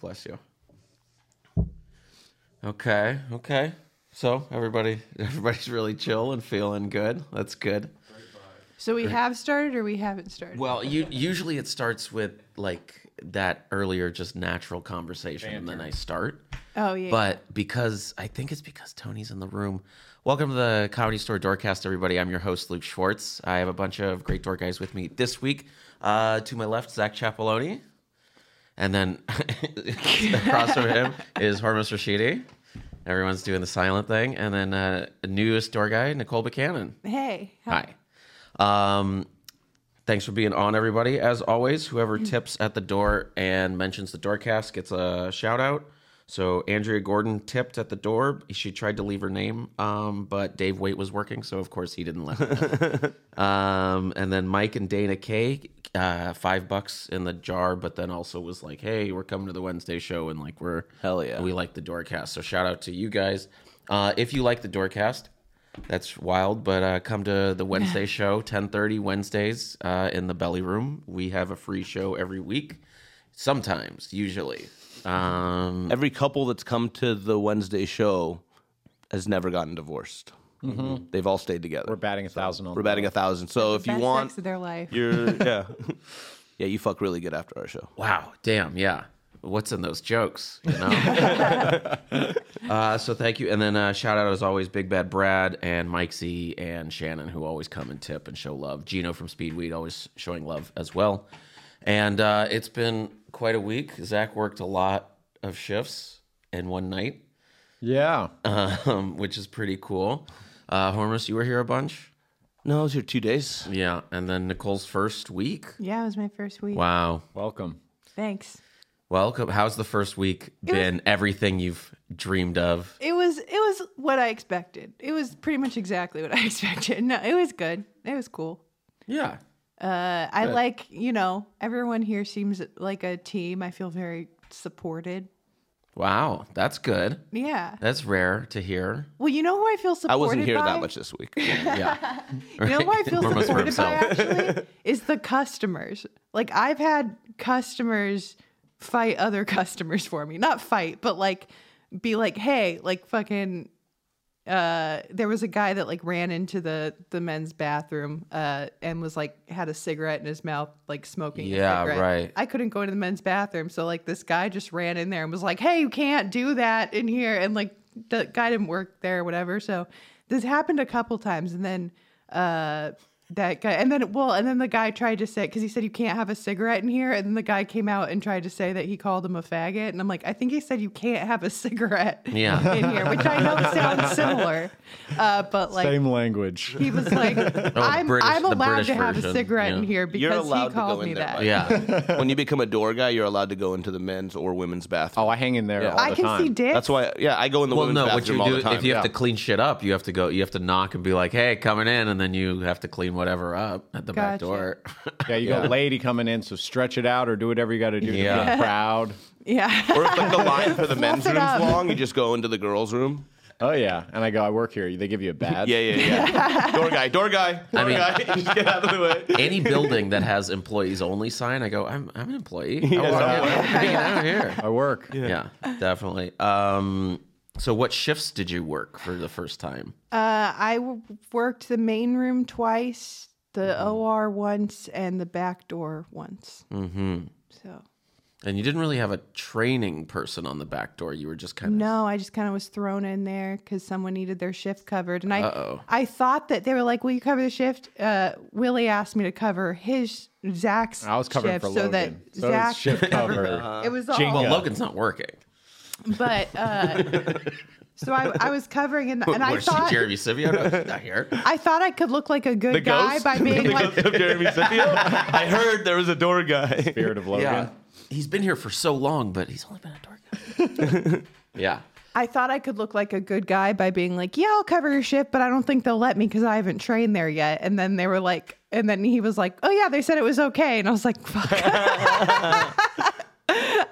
bless you. Okay, okay. So everybody, everybody's really chill and feeling good. That's good. So we have started or we haven't started? Well, you, usually it starts with like that earlier, just natural conversation, and then I start. oh, yeah. But because I think it's because Tony's in the room. Welcome to the Comedy Store Doorcast, everybody. I'm your host, Luke Schwartz. I have a bunch of great door guys with me this week. Uh, to my left, Zach Chapeloni. And then across from him is Hormus Rashidi. Everyone's doing the silent thing. And then uh, newest door guy, Nicole Buchanan. hey. Hi. Um, thanks for being on, everybody. As always, whoever tips at the door and mentions the doorcast gets a shout out. So Andrea Gordon tipped at the door. She tried to leave her name, um, but Dave Waite was working, so of course he didn't let her. know. um, and then Mike and Dana K, uh, five bucks in the jar, but then also was like, "Hey, we're coming to the Wednesday show, and like we're Hell yeah. we like the doorcast." So shout out to you guys. Uh, if you like the doorcast, that's wild, but uh, come to the Wednesday show, 10:30 Wednesdays uh, in the Belly Room. We have a free show every week, sometimes, usually. Um, Every couple that's come to the Wednesday show has never gotten divorced. Mm-hmm. They've all stayed together. We're batting a thousand on. We're batting a thousand. So if you Best want, sex of their life. you're yeah, yeah. You fuck really good after our show. wow, damn, yeah. What's in those jokes, you know? uh, so thank you, and then uh, shout out as always, Big Bad Brad and Mike Z and Shannon, who always come and tip and show love. Gino from Speedweed always showing love as well. And uh, it's been quite a week. Zach worked a lot of shifts in one night. Yeah, um, which is pretty cool. Uh, Hormus, you were here a bunch. No, it was your two days. Yeah, and then Nicole's first week. Yeah, it was my first week. Wow. welcome. Thanks. Welcome. How's the first week was- been? Everything you've dreamed of. It was it was what I expected. It was pretty much exactly what I expected. No, it was good. It was cool. Yeah. Uh, I like you know everyone here seems like a team. I feel very supported. Wow, that's good. Yeah. That's rare to hear. Well, you know who I feel supported I wasn't here by? that much this week. Yeah. You know who I feel Almost for supported by himself. actually is the customers. Like I've had customers fight other customers for me. Not fight, but like be like, "Hey, like fucking uh there was a guy that like ran into the the men's bathroom uh and was like had a cigarette in his mouth like smoking a Yeah, cigarette. right. I couldn't go into the men's bathroom so like this guy just ran in there and was like hey you can't do that in here and like the guy didn't work there or whatever so this happened a couple times and then uh that guy and then well and then the guy tried to say because he said you can't have a cigarette in here and then the guy came out and tried to say that he called him a faggot and i'm like i think he said you can't have a cigarette Yeah. in here, which I know sounds similar, uh, but like Same language. he was like, I'm, British- I'm Oh, the allowed British to have version, a cigarette yeah. in here You're because allowed he to go called in me there, that. buddy. Yeah. when you become a door guy, you're allowed to go into the men's or women's bathroom. Oh, I hang in there. Yeah. all I the can time. see dicks. That's why, yeah, I go in the Well, women's no. What bathroom you all do the time. if you have yeah. to clean shit up, you have to go. You have to knock and be like, "Hey, coming in," and then you have to clean whatever up at the back Gotcha. door. Yeah, you got a lady coming in, so stretch it out or do whatever you got to do to Yeah. be proud. Yeah. or if like the line for the men's it room's up. long, you just go into the girls' room. Oh yeah, and I go. I work here. They give you a badge. Yeah, yeah, yeah. door guy, door guy, door mean- guy. just get out of the way. Any building that has employees only sign, I go, "I'm I'm an employee. I walk I in, I'm hanging out here." I work. yeah definitely um so what shifts did you work for the first time Uh, I w- worked the main room twice, the Mm-hmm. OR once, and the back door once. Mm-hmm. So, and you didn't really have a training person on the back door you were just kind of no, I just kind of was thrown in there because someone needed their shift covered. And I, Uh-oh. I thought that they were like, will you cover the shift? Uh, Willie asked me to cover his, Zach's I was covering shift for so that Logan. So it was Zach shift could cover cover. me. It was all. Jingle. well Yeah. logan's not working but uh, so I, I was covering and, and I where's thought jeremy sivio no, he's not here I thought I could look like a good The guy ghost? by being like of Jeremy Sifio. I heard there was a door guy. Beard of Logan. he's been here for so long but he's only been a door guy yeah I thought I could look like a good guy by being like yeah I'll cover your shit but I don't think they'll let me because I haven't trained there yet and then they were like and then he was like oh yeah they said it was okay and I was like fuck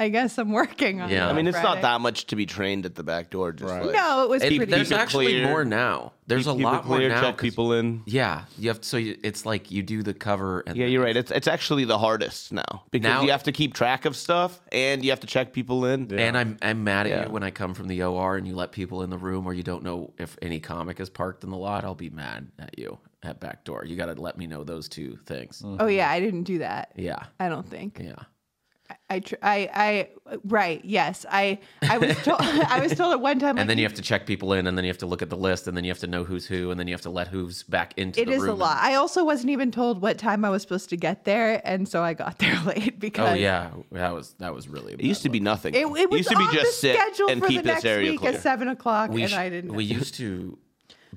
I guess I'm working on. Yeah. it I I on mean, it's Friday. not that much to be trained at the back door. Just Right. like, No, it was It- pretty. there's it actually clear. more now. There's a keep it lot more clear, now. Check 'cause- people in. Yeah, you have to. So you, it's like you do the cover. And Yeah, you're right. It's it's actually the hardest now because Now- you have to keep track of stuff and you have to check people in. And I'm I'm mad at Yeah. you when I come from the OR and you let people in the room or you don't know if any comic is parked in the lot. I'll be mad at you at back door. You got to let me know those two things. Mm. Oh yeah, I didn't do that. Yeah, I don't think. yeah. I, tr- I I right. Yes, I I was told I was told at one time. And like, then you have to check people in, and then you have to look at the list, and then you have to know who's who, and then you have to let who's back into It the is room. a lot. I also wasn't even told what time I was supposed to get there, and so I got there late because Oh yeah, that was that was really. It used to be nothing. it, it was used to be on just the sit schedule and for keep the next this area week clear. at seven o'clock, we and sh- I didn't. we used to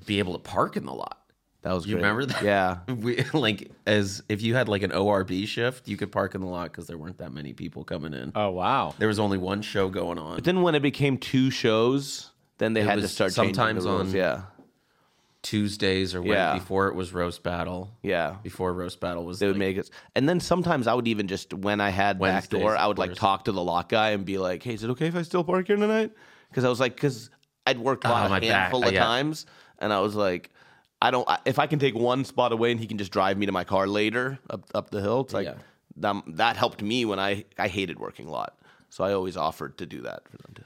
be able to park in the lot. that was You great. remember that? Yeah. We, like as if you had like an ORB shift, you could park in the lot because there weren't that many people coming in. Oh wow. there was only one show going on. Uh, But then when it became two shows, then they had to was start changing the sometimes rules. on- yeah Tuesdays or when, Yeah. before it was roast battle. yeah. Before roast battle was They would like, make it, and then sometimes I would even just when I had back Wednesdays, door, of I would like course. talk to the lock guy and be like, "Hey, is it okay if I still park here tonight?" Because I was like, because I'd worked a lot my a back. handful Uh, of yeah. times, and I was like, I don't I, if I can take one spot away and he can just drive me to my car later up up the hill. It's like Yeah. that, that helped me when I I hated working a lot, so I always offered to do that for them. To,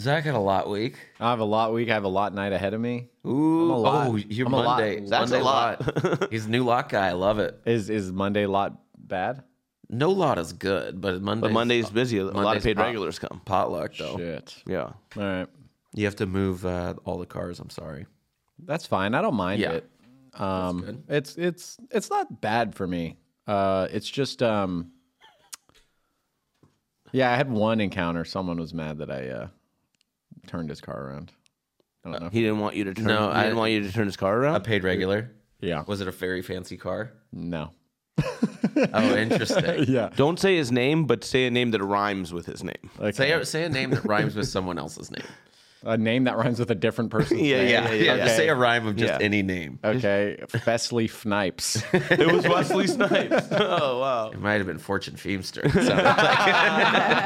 Zach had a lot week. I have a lot week. I have a lot night ahead of me. Ooh, lot. oh, you're I'm a lot. Monday. Zach's a Monday lot. lot. He's a new lot guy. I love it. Is is Monday lot bad? No lot is good, but Monday. but Monday's busy. A lot of Monday's paid pop. regulars come. potluck though. Shit. Yeah. All right. You have to move uh, all the cars. I'm sorry. That's fine. I don't mind Yeah. it. Um it's it's it's not bad for me. Uh it's just um Yeah, I had one encounter. Someone was mad that I uh turned his car around. I don't know. He didn't want you to turn. No, he I- didn't want you to turn his car A around. paid regular. Yeah. Was it a very fancy car? No. Oh, interesting. Yeah. Don't say his name, but say a name that rhymes with his name. Okay. Say say a name that rhymes with someone else's name. A name that rhymes with a different person's name. Just say a rhyme of just Yeah. any name. Okay. Fesley Fnipes. It was Wesley Snipes. oh wow. It might have been Fortune Feemster. It sounded like-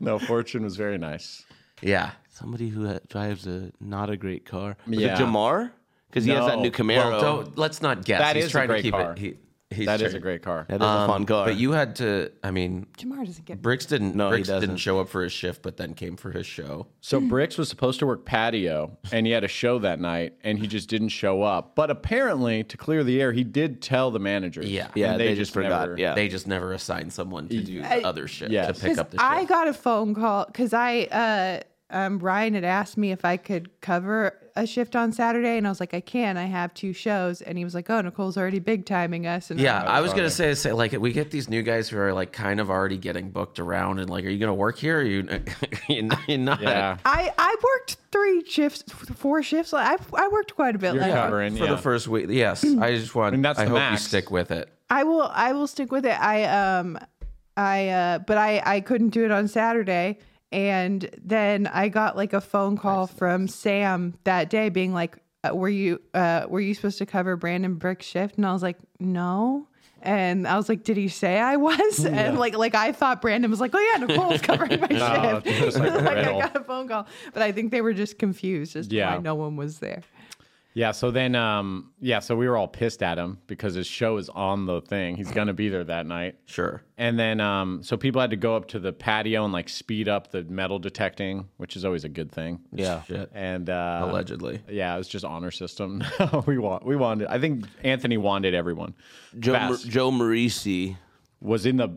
no, Fortune was very nice. yeah. Somebody who ha- drives a not a great car. Was Yeah. it Jamar? Because he has that No. new Camaro. Well, don't let's not guess. That he's is a trying great to keep car. it. He, he's That is trying- a great car. That is a fun car. But you had to. I mean, Jamar doesn't get. Bricks didn't. No, he Bricks didn't doesn't. show up for his shift, but then came for his show. So Bricks was supposed to work patio, and he had a show that night, and he just didn't show up. But apparently, to clear the air, he did tell the manager. Yeah. yeah, they, just, forgot. never- yeah. They just never assign someone to do the other shift yes. to pick up the shift. I got a phone call because I, uh, um, Ryan had asked me if I could cover a shift on Saturday, and I was like, I can. I have two shows, and he was like, Oh, Nicole's already big timing us. And I'm Yeah, like, I was gonna say, say like we get these new guys who are like kind of already getting booked around, and like, are you gonna work here? Or are you, you're not. You're not. Yeah. I I worked three shifts, four shifts. I I worked quite a bit. You're Like, covering. For yeah. the first week, yes. I just want. mean, that's I the hope max. you stick with it. I will I will stick with it. I um I uh but I I couldn't do it on Saturday and then I got like a phone call from Sam that day being like uh, were you uh were you supposed to cover Brandon Brick's shift and I was like no and I was like did he say I was and like like I thought Brandon was like oh yeah Nicole's covering my No, shift it's just Oh, like a like I riddle. got a phone call but I think they were just confused as to Yeah. why no one was there Yeah. So then, um, yeah. So we were all pissed at him because his show is on the thing. He's gonna be there that night. Sure. And then, um, so people had to go up to the patio and like speed up the metal detecting, which is always a good thing. yeah. Shit. And uh, Allegedly. Yeah, it was just honor system. we want, we wanted. I think Anthony wanted everyone. Joe Mar- Fast. Joe Marisi. was in the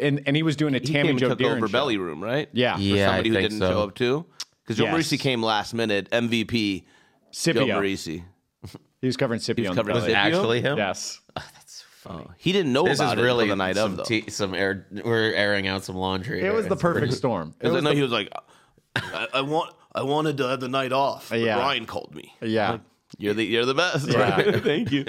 and and he was doing a He Tammy came Joe and took Deeren over show. Belly Room, right? Yeah, For Yeah, I somebody who think didn't so. show up too. Because Joe Yes. Marisi came last minute. MVP. Joe Scipio. He Marisi. was covering Scipio. on covering the Was belly. it Scipio? actually him? Yes. That's funny. He didn't know This about is it really until the night some of though. tea- some air. We're airing out some laundry. It was the It's pretty- perfect storm. It Because I was know the- he was like, I, I want, I wanted to have the night off. But Yeah. Ryan called me. yeah. You're the, you're the best. Yeah. Thank you.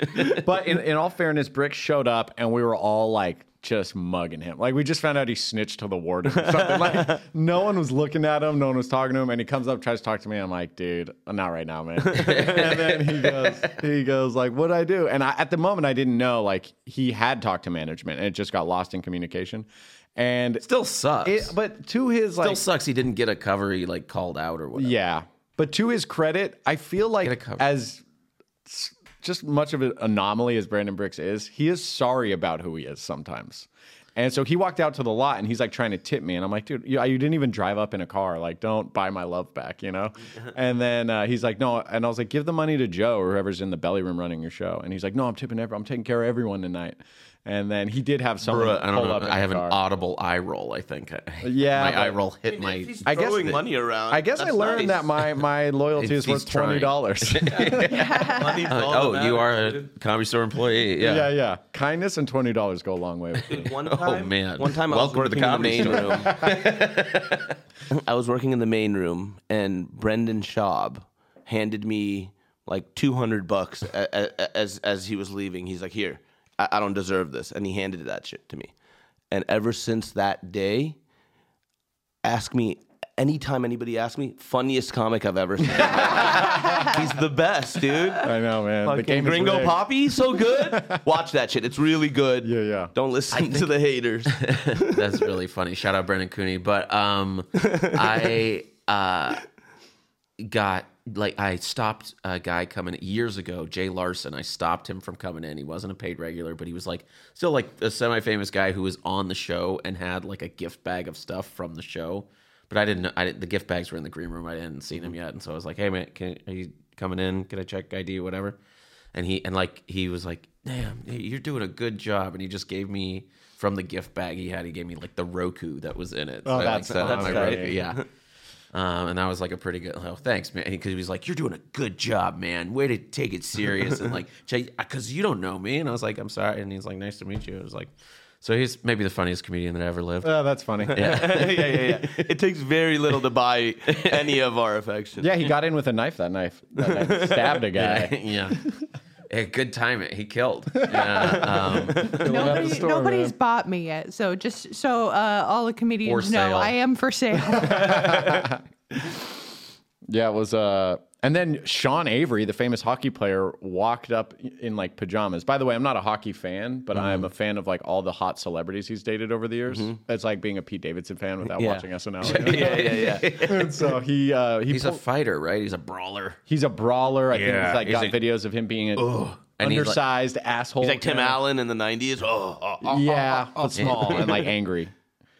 But in, in all fairness, Brick showed up and we were all like just mugging him. Like we just found out he snitched to the warden or something. like no one was looking at him, no one was talking to him, and he comes up, tries to talk to me. I'm like, dude, not right now, man. and then he goes, he goes, like, what'd I do? And I, at the moment I didn't know, like, he had talked to management and it just got lost in communication. And Still sucks. it, but to his Still like sucks. He didn't get a cover. He like called out or whatever. Yeah. But to his credit, I feel Get a like cover. as s- just much of an anomaly as Brandon Bricks is, he is sorry about who he is sometimes. And so he walked out to the lot and he's like trying to tip me. And I'm like, dude, you, you didn't even drive up in a car. Like, don't buy my love back, you know? And then uh, he's like, no. And I was like, give the money to Joe or whoever's in the belly room running your show. And he's like, no, I'm tipping every, I'm taking care of everyone tonight. And then he did have someone Bruh, I pull don't know. up. in I the have an car. audible eye roll. I think. Yeah, my but- eye roll hit my. He's I guess throwing that- money around. I guess I That's learned nice. that my my loyalty is He's- worth he's trying. twenty dollars. Money's all oh, that you are matters, a comedy store employee. Yeah. yeah, yeah. Kindness and twenty dollars go a long way. With me. dude. One time, oh, man. One time, I Welcome was to the working comedy in the main room. I was working in the main room, and Brendan Schaub handed me like two hundred bucks a- a- as as he was leaving. He's like, "Here, I, I don't deserve this," and he handed that shit to me. And ever since that day, ask me anytime anybody asks me, funniest comic I've ever seen. He's the best, dude. I know, man. the Fucking game is Gringo rigged. Poppy, so good. Watch that shit. It's really good. Yeah, yeah. Don't listen to the haters. That's really funny. Shout out Brendan Cooney. But um, I uh, got like I stopped a guy coming years ago, Jay Larson. I stopped him from coming in. He wasn't a paid regular, but he was like still like a semi-famous guy who was on the show and had like a gift bag of stuff from the show. But I didn't know. I didn't, the gift bags were in the green room. I hadn't seen Mm-hmm. him yet, and so I was like, "Hey man, can, are you coming in? Can I check ID, whatever?" and he and like he was like damn you're doing a good job and he just gave me from the gift bag he had he gave me like the roku that was in it Oh, I, like, that's- set up that's my tight. Roku, yeah um, and that was like a pretty good oh thanks man because he was like you're doing a good job man way to take it serious and like because you don't know me and i was like i'm sorry and he's like nice to meet you i was like so he's maybe the funniest comedian that ever lived Uh, Oh, that's funny. yeah, Yeah. yeah, yeah. It takes very little to buy any of our affection. he got in with a knife. That knife, that knife stabbed a guy. yeah Hey, good timing. He killed. Yeah, um, Nobody, Nobody, nobody's bought me yet. So just so uh, all the comedians For know, sale. I am for sale. Yeah, it was. Uh, and then Sean Avery, the famous hockey player, walked up in like pajamas. By the way, I'm not a hockey fan, but I'm a fan of like all the hot celebrities he's dated over the years. It's like being a Pete Davidson fan without Yeah. watching SNL. you know? yeah, yeah, yeah. And so he uh, he he's a pulled- fighter, right? He's a brawler. he's a brawler. I think Yeah, he's like he's got a- videos of him being an And he's like- undersized asshole. He's like Tim Yeah. Allen in the '90s. Oh, oh, oh. yeah, but small and like angry.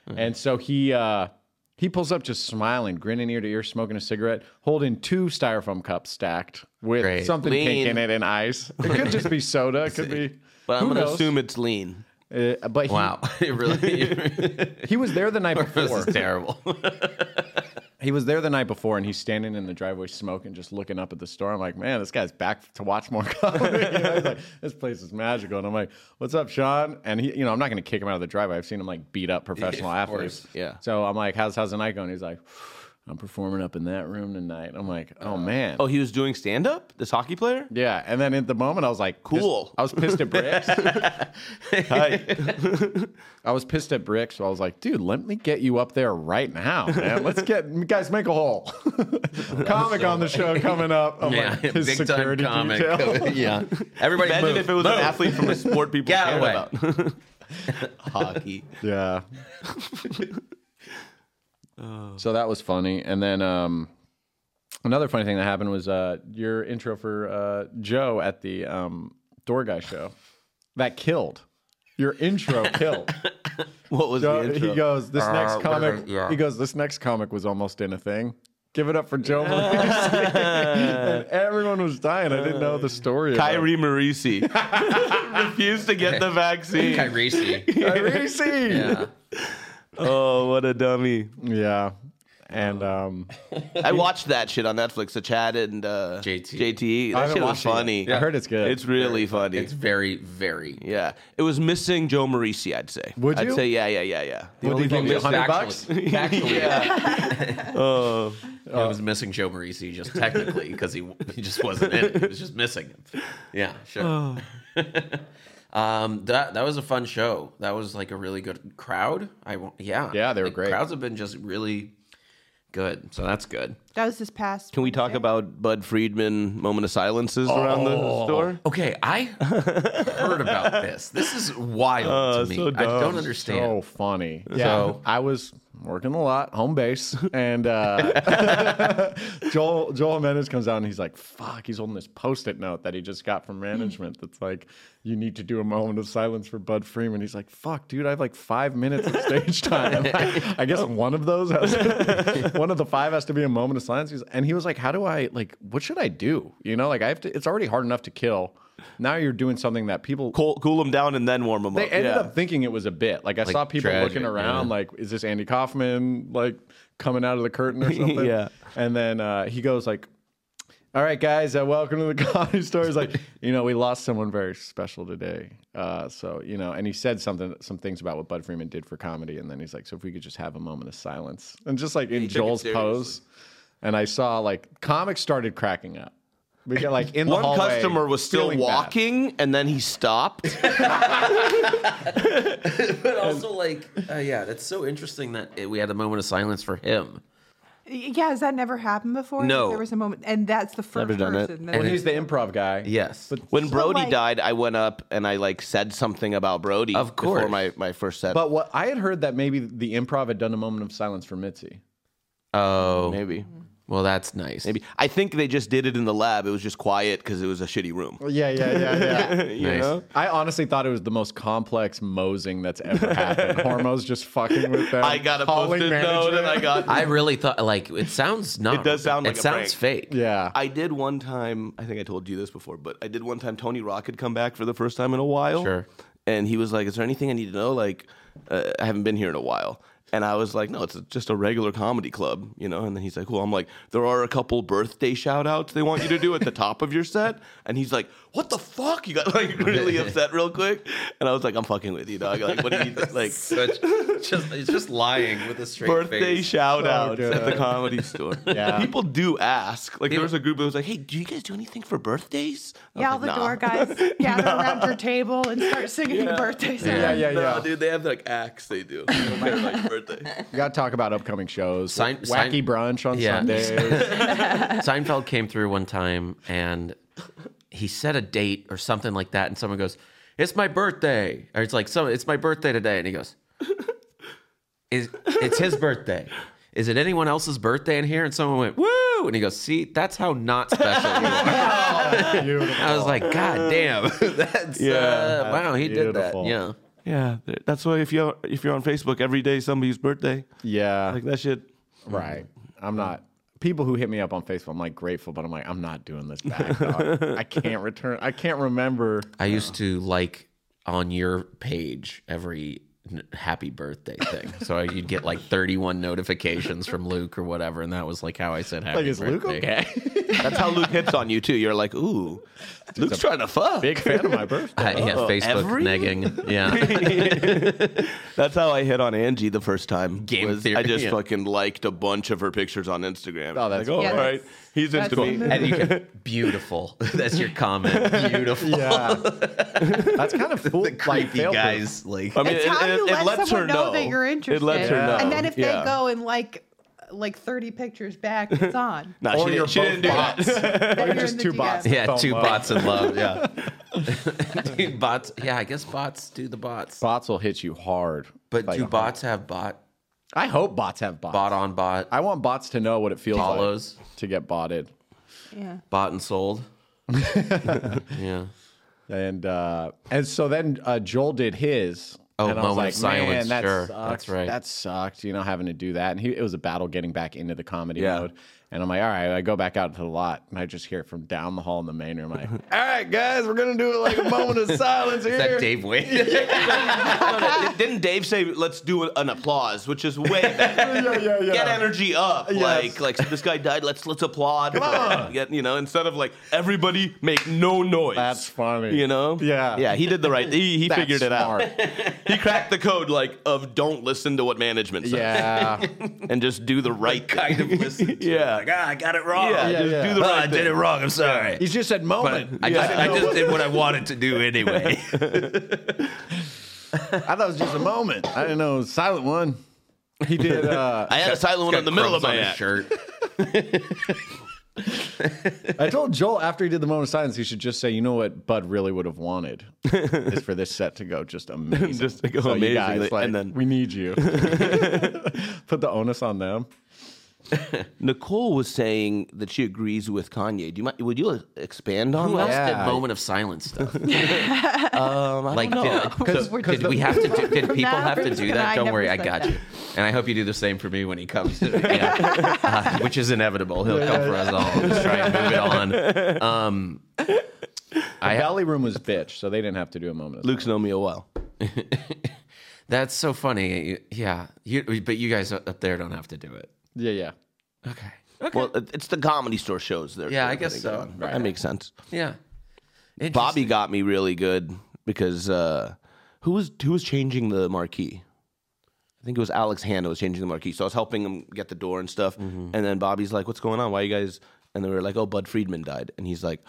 And so he uh he pulls up just smiling, grinning ear to ear, smoking a cigarette, holding two styrofoam cups stacked with Great. something pink Lean. in it and ice. It could just be soda. It could be. But I'm who gonna knows? assume it's lean. Uh, but he, Wow, it really he was there the night this before. is terrible. He was there the night before, and he's standing in the driveway smoking, just looking up at the store. I'm like, man, this guy's back to watch more comedy. You know, he's like, this place is magical. And I'm like, what's up, Sean? And he, you know, I'm not going to kick him out of the driveway. I've seen him like beat up professional Yeah, of athletes. course. Yeah. So I'm like, how's how's the night going? He's like, I'm performing up in that room tonight. I'm like, Uh, oh man. Oh, he was doing stand-up. This hockey player. Yeah, and then at the moment I was like, pissed- Cool. I was pissed at Bricks. I was pissed at Bricks. So I was like, dude, let me get you up there right now, man. Let's get guys make a hole. comic on the show coming up. I'm Yeah, like, his big time security comic. detail. yeah, everybody. Imagine move. if it was an Move. athlete from a sport people Get care away. about. hockey. yeah. So that was funny, and then um, another funny thing that happened was uh, your intro for uh, Joe at the um, Door Guy show that killed. Your intro killed. What was Joe, the intro? he goes, this next Uh, comic. whatever, yeah. He goes, this next comic was almost in a thing. Give it up for Joe Morrissey. and everyone was dying. I didn't know the story. about Kyrie Morisi refused to get the vaccine. Kyrisi. Kyrie C. Yeah. Oh, what a dummy. And um, I watched that shit on Netflix. The Chad and uh, JT. JT. I That haven't shit was watched it yet. funny. I heard it's good. It's really funny. It's very, very. yeah, it was missing Joe Marisi. I'd say. Would I'd you? say yeah, yeah, yeah, yeah. The Would you give me a hundred bucks? Uh, Actually, actually, yeah. Oh, it was missing Joe Marisi just technically because he, he just wasn't in it. He was just missing him. Yeah, Oh. sure. um, that that was a fun show. That was like a really good crowd. I won't- yeah Yeah, they were Like, great. Crowds have been just really Good. So that's good. That was this past. Can we talk about Bud Friedman moment of silences around Oh. the store? Okay, I heard about this. This is wild Oh, to me. I don't So understand. funny. Yeah. I was working a lot, home base, and uh, Joel Joel Jimenez comes out and he's like, "Fuck!" He's holding this post-it note that he just got from management. That's like, "You need to do a moment of silence for Bud Freeman." He's like, "Fuck, dude! I have like five minutes of stage time. I guess one of those, has one of the five, has to be a moment of silence." He's, and he was like, "How do I like? What should I do? You know, like I have to. It's already hard enough to kill." Now you're doing something that people Cool, cool them down and then warm them they up. ended Oh, yeah. up thinking it was a bit. Like I saw people tragic, looking around, yeah. like, is this Andy Kaufman like coming out of the curtain or something? Yeah. And then uh, he goes like, "All right, guys, uh, welcome to the comedy store." He's like, "You know, we lost someone very special today, uh, so you know." And he said something, some things about what Bud Freeman did for comedy, and then he's like, "So if we could just have a moment of silence," and just like in took it Joel's pose, and I saw like comics started cracking up. We got like in the One hallway, customer was still feeling bad. walking, and then he stopped. But also, like, uh, yeah, that's so interesting that it, we had a moment of silence for him. Yeah, has that never happened before? No. There was a moment, and that's the first Never done it. person. Well, That he's the improv guy. Yes. But When Brody like- died, I went up and I like said something about Brody. Of before course. my, my first set. But what I had heard that maybe the improv had done a moment of silence for Mitzi. oh, maybe, well, that's nice. maybe I think they just did it in the lab. It was just quiet because it was a shitty room. Yeah, yeah, yeah, yeah. You Nice. know? I honestly thought it was the most complex mosing that's ever happened. Hormo's just fucking with them. I got a Calling post-it note and management. I got. I really thought, like, it sounds not. It does sound like It a sounds fake. Yeah. I did one time. I think I told you this before, but I did one time. Tony Rock had come back for the first time in a while. Sure. And he was like, "Is there anything I need to know? Like, uh, I haven't been here in a while." And I was like, "No, it's just a regular comedy club, you know." And then he's like, "Well, I'm like, there are a couple birthday shout outs they want you to do at the top of your set." And he's like, "What the fuck?" You got like really upset real quick. And I was like, "I'm fucking with you, dog. Like, what do you like?" Such, just, it's just lying with a straight birthday face. shout outs Oh, at the God. comedy store. Yeah. People do ask. Like, there People- was a group that was like, hey, do you guys do anything for birthdays? I was yeah, all like, the "Nah." door guys gather around your table and start singing birthday songs. yeah, yeah, No, yeah. dude, they have like acts they do. Like, like, birthday. We got to talk about upcoming shows. Sign- Wacky sign- brunch on Yeah. Sundays. Seinfeld came through one time and he said a date or something like that, and someone goes, "It's my birthday," or it's like, "So it's my birthday today," and he goes, "Is it's his birthday? Is it anyone else's birthday in here?" And someone went, "Woo!" and he goes, "See, that's how not special you are." Beautiful. I was like, "God damn, that's Oh. yeah, Yeah. wow, he Beautiful. did that, yeah." Yeah, th- that's why if you're if you're on Facebook every day, somebody's birthday, Yeah. like that shit. right. I'm not. People who hit me up on Facebook, I'm like grateful, but I'm like, I'm not doing this back. dog. I can't return. I can't remember. I used to like on your page every n- happy birthday thing. so you'd get like 31 notifications from Luke or whatever. And that was like how I said happy Like, is birthday. Luke okay? That's how Luke hits on you too. You're like, ooh, Luke's trying to fuck. Big fan of my birthday. I, Uh, yeah, Uh-oh, Facebook every- negging. Yeah. That's how I hit on Angie the first time. Game was theory, I just yeah. fucking liked a bunch of her pictures on Instagram. Oh, that's like, oh, Yes. all right, he's That's into cool. me. and you go, beautiful. That's your comment. Beautiful. Yeah. That's kind of fool. The like, creepy fail-proof. guys. Like, I mean, It's it, how it- you it let lets her someone know. know that you're interested. It lets her Yeah. know. And then if Yeah. they go and like like 30 pictures back, it's on. Nah, Or she, you're didn't, she both didn't do bots. that. Then you're just in the two DM. bots. yeah, Fomo. two bots in love. Yeah. Dude, bots. Yeah, I guess bots do the bots. Bots will hit you hard. But Like, do bots have bot, I hope bots have bots. bot on bot, I want bots to know what it feels follows, like to get botted. Yeah. bought and sold? yeah. And uh, and so then uh, Joel did his. Oh, and moment of silence, that sure, sucked. that's right." That sucked, you know, having to do that. And he, it was a battle getting back into the comedy Yeah. mode. And I'm like, all right, I go back out to the lot and I just hear it from down the hall in the main room. Like, all right, guys, we're going to do like a moment of silence here. Is that Dave Wade? No, no, di- didn't Dave say, "Let's do an applause," which is way better. yeah, yeah, yeah. Get energy up, Yes. like like so this guy died. Let's let's applaud. Get, you know, instead of like everybody make no noise. That's funny. You know, Yeah. yeah. He did the right. He, he That's figured it out. smart. He cracked the code like of don't listen to what management says Yeah. and just do the right kind of listen. To Yeah. it. like ah, I got it wrong. Yeah, Yeah, just yeah. do the Ah, right I thing. did it wrong. I'm sorry. He's just said But moment. I just, I just did what I wanted to do anyway. I thought it was just a moment. I didn't know it was a silent one. He did. Uh, I had a silent one in the middle of Crumbs my on his act. shirt. I told Joel after he did the moment of silence, he should just say, "You know what Bud really would have wanted is for this set to go just amazing, Just to go you amazingly, guys, like, and then- we need you. Put the onus on them. Nicole was saying that she agrees with Kanye. Do you mind, would you expand on Who else that? did moment of silence stuff? Um, I Like, don't know. did, so Because we're did just- we have to? Do, did From people now, have we're to just do gonna that? Don't hide worry, I everything. got you. And I hope you do the same for me when he comes, to yeah. Uh, which is inevitable. He'll come for us all. Let's try and move it on. The Valley Room was bitch, so they didn't have to do a moment. Of Luke's known me a while. That's so funny. Yeah, you, but you guys up there don't have to do it. Yeah, yeah. Okay. Well, it- it's the comedy store shows there. Yeah, I guess so. That makes sense. Yeah. Bobby got me really good because uh, who was who was changing the marquee? I think it was Alex Hanna was changing the marquee. So I was helping him get the door and stuff. Mm-hmm. And then Bobby's like, "What's going on? Why you guys?" And they were like, "Oh, Bud Friedman died." And he's like,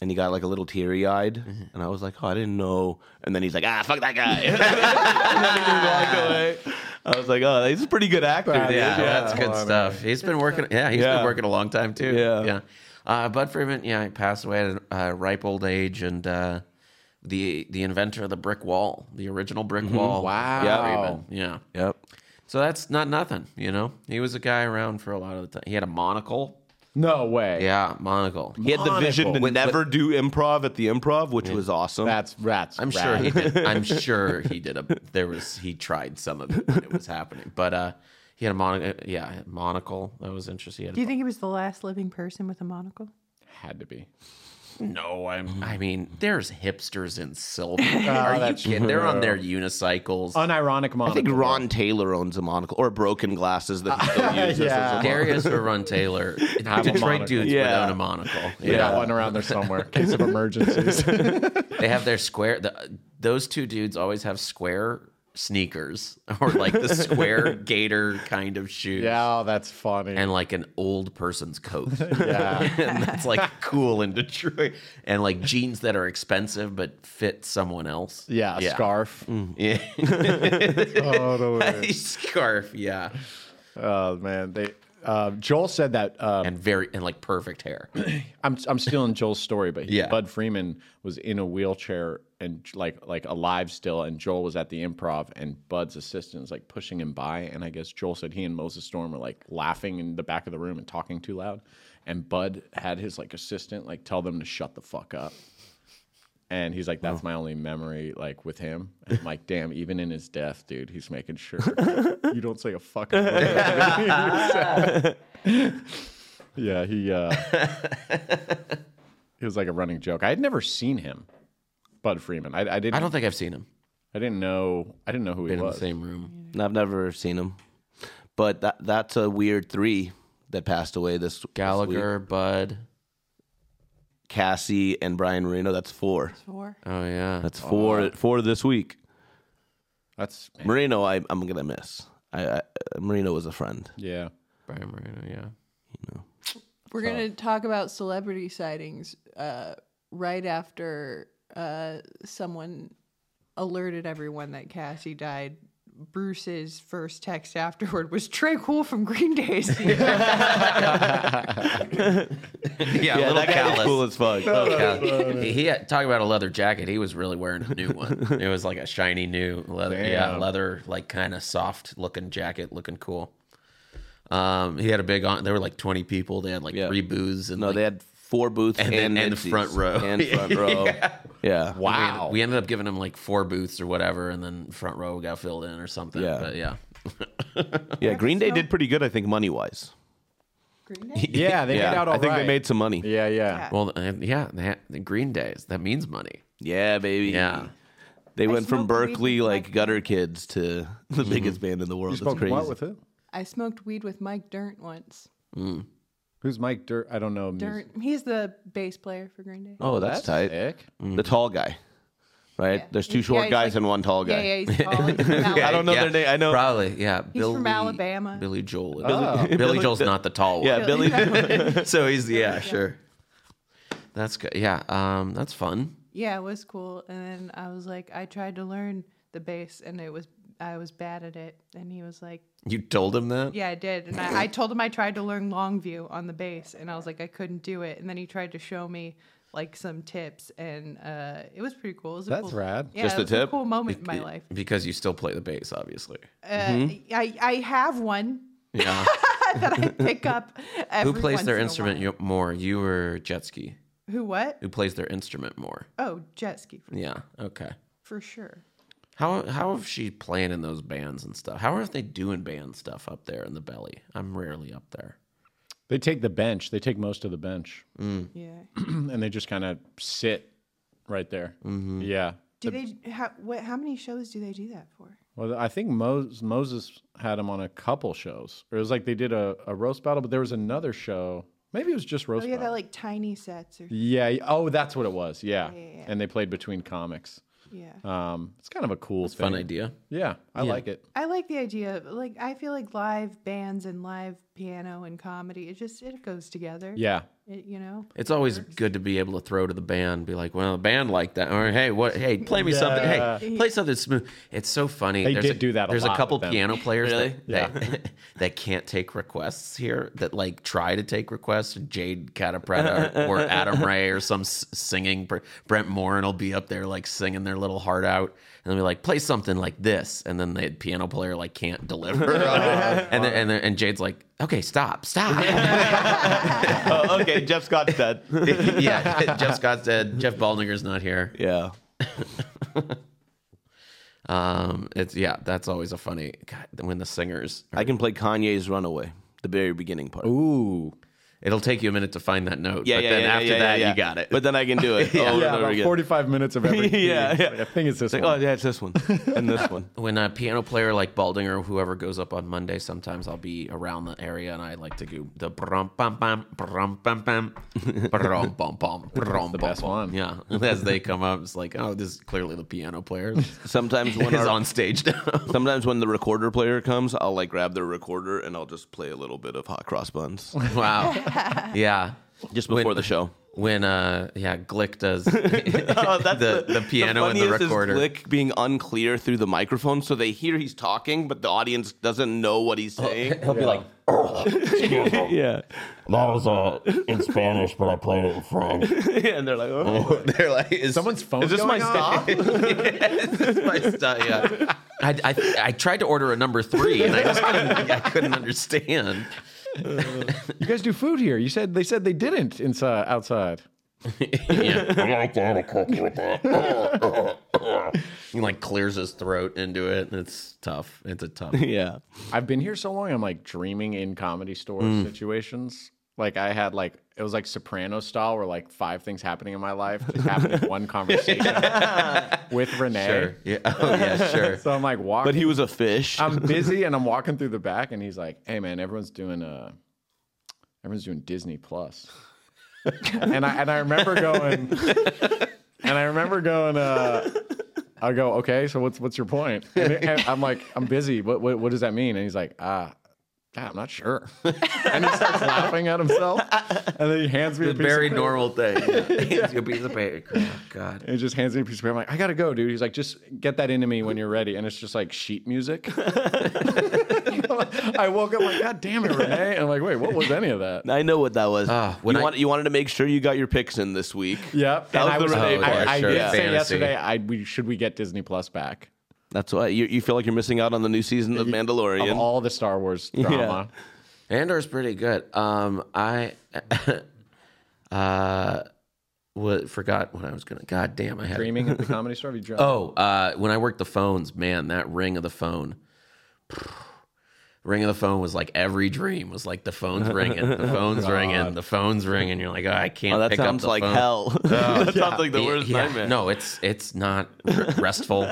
and he got like a little teary eyed. Mm-hmm. And I was like, "Oh, I didn't know." And then he's like, "Ah, fuck that guy." and then he walked away. I was like, "Oh, he's a pretty good actor." dude." Yeah, that's good stuff. He's been working. Yeah, he's Yeah. been working a long time too. Yeah. yeah. Uh, Bud Freeman, yeah, he passed away at a uh, ripe old age, and uh, the the inventor of the brick wall, the original brick wall. Wow. Bud Freeman. yeah. Yep. So that's not nothing, you know. He was a guy around for a lot of the time. He had a monocle. No way. Yeah, monocle. He had the vision to Monocle. never do improv at the improv, which was awesome. That's rats. I'm sure he did. I'm sure he did. A, there was he tried some of it when it was happening, but uh, he had a monocle. Yeah, monocle. That was interesting. He had a Do you think he was the last living person with a monocle? had to be. No, I'm. Oh, I mean, there's hipsters in silver. Are you that's kidding? They're on their unicycles. Unironic I think monocle. Ron Taylor owns a monocle or broken glasses that he still uses. Yeah. Darius or Ron Taylor, a Detroit monocle. dudes Yeah. without a monocle. They got one around there somewhere. Case of emergencies. they have their square. The, those two dudes always have square sneakers or like the square gator kind of shoes. yeah, oh, that's funny. And like an old person's coat. yeah. and that's like cool in Detroit. And like jeans that are expensive but fit someone else. Yeah, a scarf. Yeah. Totally. Scarf. Yeah. oh man, they. Uh, Joel said that uh, and very and like perfect hair. I'm I'm stealing Joel's story, but he, Yeah. Bud Freeman was in a wheelchair and like like alive still, and Joel was at the improv, and Bud's assistant is like pushing him by, and I guess Joel said he and Moses Storm were like laughing in the back of the room and talking too loud, and Bud had his like assistant like tell them to shut the fuck up, and he's like that's my only memory like with him, and I'm like damn even in his death, dude, he's making sure you don't say a fucking word. yeah, he. Uh, it was like a running joke. I had never seen him, Bud Freeman. I, I didn't. I I, don't think I've seen him didn't know. I didn't know who he in the was. same room. I've never seen him, but that that's a weird three that passed away this this week. Gallagher, Bud. Cassie, and Brian Marino. That's four. Four. Oh yeah, That's four. Four this week. That's Marino, I, I'm gonna miss. I, I Marino was a friend. yeah. Brian Marino. Yeah, We're going to talk about celebrity sightings uh, right after uh, someone alerted everyone that Cassie died. Bruce's first text afterward was Trey Cool from Green Day's here." yeah, Yeah, little that guy was callous. cool as fuck. Little callous. he had, talk about a leather jacket. He was really wearing a new one. It was like a shiny new leather. Yeah, Damn. leather like kind of soft looking jacket, looking cool. Um, he had a big on. There were like twenty people. They had like Yeah. three booths and No, like, they had four booths and And then- and the Mitzi's. front row. and front row. yeah. we, Wow. ended, we ended up giving him like four booths or whatever, and then front row got filled in or something. Yeah. but yeah, Yeah, Green Day did pretty good, I think, money wise. Green Day? yeah, they Yeah, made out all I think right. they made some money. Yeah, Yeah, yeah. Yeah. well, uh, yeah, they had- the Green Days that means money. baby. Yeah. They went from smoked weed Berkeley with like Mike. gutter kids to the biggest band in the world. It's Spoke crazy. what with it? I smoked weed with Mike Dirnt once. Who's Mike Dirt? I don't know. music. Dirnt, he's the bass player for Green Day. oh, that's, tight. sick. The tall guy, right? Yeah. There's two Yeah, short he's guys like- and one tall guy. Yeah, yeah, he's tall. He's from I Alabama. don't know Yeah, their name. I know Probably, yeah. He's from Alabama. Billy Joel. Oh. Billy, Joel's not the tall one. Yeah, Billy. so he's yeah, sure. That's good. Yeah, um, that's fun. Yeah, it was cool. And then I was like, I tried to learn the bass, and it was I was bad at it, and he was like, You told him that? "Yeah, I did." And I, I told him I tried to learn Longview on the bass, and I was like, I couldn't do it. And then he tried to show me like some tips, and uh, it was pretty cool. It was a That's cool, rad. Mm-hmm. Yeah, Just it a was A tip? cool moment in my life. Because you still play the bass, obviously. Uh, I I have one Yeah. that I pick up. Every Who plays once their in a instrument while. yo- more, you or jet ski? Who what? Who plays their instrument more? Oh, jet ski for, Yeah. Okay. for sure. How how is she playing in those bands and stuff? How are they doing band stuff up there in the belly? I'm rarely up there. They take the bench. They take most of the bench, Yeah. and they just kind of sit right there. Yeah. Do they? How, what? How many shows do they do that for? Well, I think Mos- Moses had him on a couple shows. Or it was like they did a, a roast battle, but there was another show. Maybe it was just roast Oh yeah, battle. they're like tiny sets or yeah. y- Oh, that's what it was. Yeah. yeah, yeah. And they played between comics. yeah. Um, it's kind of a cool thing. Fun idea. Yeah, I like it. I like the idea. of- Like I feel like live bands and live piano and comedy. It just it goes together. Yeah. It, you know. It's always good to be able to throw to the band, be like, well, the band like that. Or hey, what hey, play me something. Hey, play something smooth. It's so funny. They there's did a, do that a There's lot a couple with them. piano players Really? that, that, that can't take requests here that like try to take requests. Jade Catapretta or, or Adam Ray or some s- singing Br- Brent Morin will be up there like singing their little heart out and they'll be like, play something like this. And then the piano player like can't deliver. and, then, and, then, and Jade's like, okay, stop, stop. oh, okay, Jeff Scott's dead. yeah, Jeff Scott's dead. Jeff Baldinger's not here. yeah. Um, it's yeah, that's always a funny God, when the singers. I can play Kanye's Runaway, the very beginning part. Ooh. It'll take you a minute to find that note, Yeah, but yeah, then yeah, after yeah, that, yeah, yeah. you got it. But then I can do it yeah. over Yeah, and over about again. 45 minutes of every key. Yeah, yeah. I think it's It's this like, one. oh yeah, it's this one and this one. when a piano player like Baldinger or whoever goes up on Monday, sometimes I'll be around the area and I like to go the brum bum bum brum bum bum brum bum bum brum the bum best bum. one. Yeah, as they come up, it's like, oh, this is clearly the piano player is Sometimes when our, on stage now. sometimes when the recorder player comes, I'll like grab their recorder and I'll just play a little bit of hot cross buns wow, yeah. just before When- the show. when uh yeah glick does the, the, piano and the funniest is recorder Glick being unclear through the microphone, so they hear he's talking, but the audience doesn't know what Oh, he's saying. He'll be like, yeah. that was uh, in Spanish, but I played it in French. and they're like, oh. they're like is Someone's phone is this my stop? my stuff yeah I, I i tried to order a number three and i just couldn't, I couldn't understand oh, You guys do food here. You said they said they didn't inside outside. yeah I like to have a cookie with that. he like clears his throat into it and it's tough it's a tough yeah. I've been here so long. I'm like dreaming in comedy store Mm. situations. Like I had like it was like Soprano style, where like five things happening in my life just happened in one conversation with Renee. sure yeah oh yeah sure So I'm like walking. But he was a fish. Um, I'm busy and I'm walking through the back, and he's like, "Hey man, everyone's doing uh, everyone's doing Disney Plus." and I and I remember going, and I remember going. Uh, I go, "Okay, so what's what's your point?" And, and I'm like, "I'm busy. What, what what does that mean?" And he's like, "Ah." God, I'm not sure. And he starts laughing at himself. And then he hands me a It's a piece very of paper. normal thing yeah. you'll be the baby oh, god And he just hands me a piece of paper. I'm like, I gotta go, dude. He's like, just get that into me when you're ready. And it's just like sheet music. I woke up like, God damn it, Renee. And I'm like, wait, what was any of that? I know what that was. Ah, when you, I- want, you wanted to make sure you got your picks in this week. Yep. That and I was was, the Renee I, part, I, I sure. did Fantasy. say yesterday, I we should we get Disney Plus back? That's why you, you feel like you're missing out on the new season of Mandalorian. Of all the Star Wars drama. Andor's pretty good. Um, I uh, wa- forgot what I was gonna. God damn, I had. Dreaming at the comedy store. Have you dreamt? Oh, uh, when I worked the phones, man, that ring of the phone. Ring of the phone was like every dream was like the phone's ringing, the phone's ringing, the phone's ringing. You're like, oh, I can't. Oh, that pick up sounds the like phone. Oh. hell. that sounds like the Yeah, worst yeah. nightmare. No, it's it's not r- restful.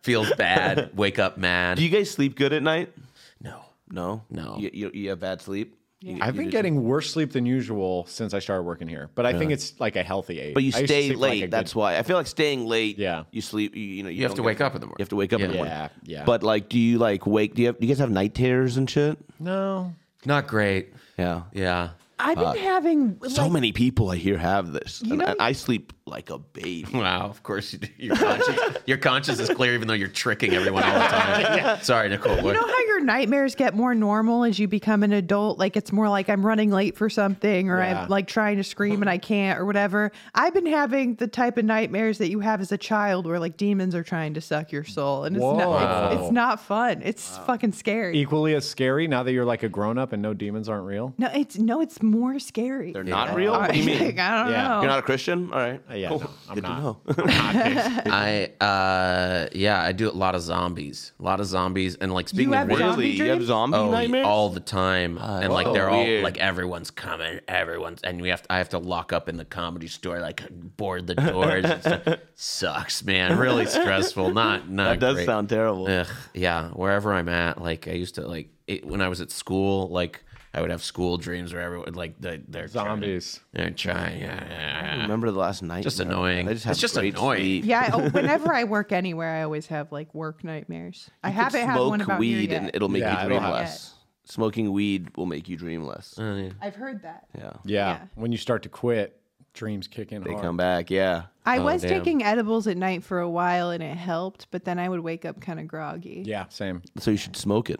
Feels bad. Wake up mad. Do you guys sleep good at night? no, No. No. You, you, you have bad sleep? You- I've you been just- getting worse sleep than usual since I started working here, but I think it's like a healthy age. But you I used to stay sleep like late. a good- that's why. I feel like staying late. Yeah. You sleep. You, you know. You, you have don't to get- wake up in the morning. You have to wake up in the Yeah. morning. yeah, yeah. But like, do you like wake? Do you have? Do you guys have night terrors and shit? no, Not great. Yeah. Yeah. I've been having Uh, So like, many people I hear have this, and, know- Oh. and I sleep like a baby. Wow, of course you do. Your conscience, your conscience is clear, even though you're tricking everyone all the time. Sorry, Nicole. What? You know how your nightmares get more normal as you become an adult? Like it's more like I'm running late for something or Yeah. I'm like trying to scream and I can't or whatever. I've been having the type of nightmares that you have as a child where like demons are trying to suck your soul and it's not it's, Whoa. it's not fun. It's fucking scary. Equally as scary now that you're like a grown up and no demons aren't real. no, it's no, it's more scary. They're not real? What do you I, mean? I don't Yeah. know. You're not a Christian? All right. Uh, yeah, Cool. no, I'm Oh, Good to not. know. I uh yeah, I do a lot of zombies. A lot of zombies and like speaking have of weird, zombie really? You have dreams? zombie oh, nightmares? all the time. and like oh, they're all weird. like everyone's coming, everyone's and we have to, I have to lock up in the comedy store, like board the doors. and stuff. Sucks, man. Really stressful. Not not that does great. sound terrible. Ugh, yeah, wherever I'm at, like I used to like it, when I was at school, like I would have school dreams where everyone like they, they're trying to- Zombies. they're trying. Yeah, yeah, yeah. Remember the last night? Just annoying. I It's just have just great annoying. sleep. Yeah, I- oh, whenever I work anywhere, I always have like work nightmares. I haven't had one Smoke about here weed yet. and it'll make Yeah, I you don't dream have- less. Smoking weed will make you dream less. I've heard that. yeah. Yeah. Yeah. When you start to quit, dreams kick in They hard. come back. Yeah. I was damn. taking edibles at night for a while and it helped, but then I would wake up kind of groggy. Yeah, same. So you should smoke it.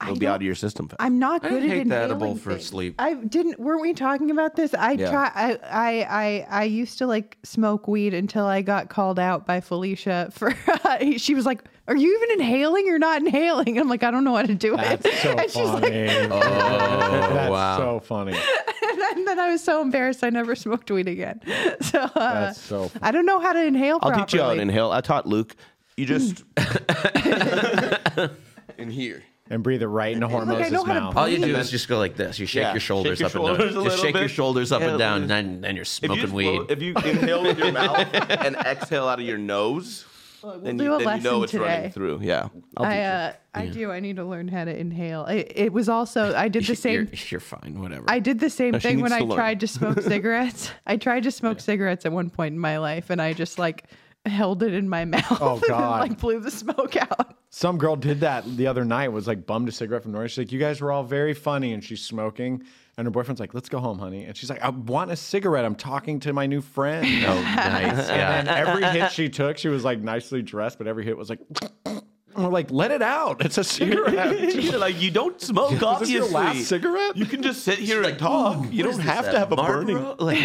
It'll be out of your system. fast. I'm not I good at hate inhaling the edible for things. sleep. I didn't. Weren't we talking about this? I Yeah. try. I, I I I used to like smoke weed until I got called out by Felicia for. she was like, "Are you even inhaling? You're not inhaling." I'm like, "I don't know how to do it." That's so and she's like, funny. That's Oh, wow. so funny. and then I was so embarrassed. I never smoked weed again. So uh, That's so funny. I don't know how to inhale. I'll properly. teach you how to inhale. I taught Luke. You just in here. And breathe it right into Hormoz's know how to mouth. All you do is just go like this. You shake Yeah, your shoulders shake your up shoulders and a down. Just little shake your bit. shoulders up Yeah, and down, it and is. then, then you're smoking just weed. blow- if you inhale with your mouth and exhale out of your nose, then, do you, a then you lesson know it's today. running through. Yeah. I'll I teach you. uh, I do. I need to learn how to inhale. It, it was also I did the You're, same. you're fine, whatever. I did the same No, she thing when needs I to learn. tried to smoke cigarettes. I tried to smoke cigarettes at one point in my life, and I just like held it in my mouth Oh, and then, God. like blew the smoke out. Some girl did that the other night, was like bummed a cigarette from Nora. She's like, You guys were all very funny. And she's smoking. And her boyfriend's like, Let's go home, honey. And she's like, I want a cigarette. I'm talking to my new friend. oh, nice. Yeah. And every hit she took, she was like nicely dressed, but every hit was like, and we're like, let it out. It's a cigarette. She's like, you don't smoke, Is this obviously. your last cigarette? You can just sit here and talk. You don't have to have a burning. Like,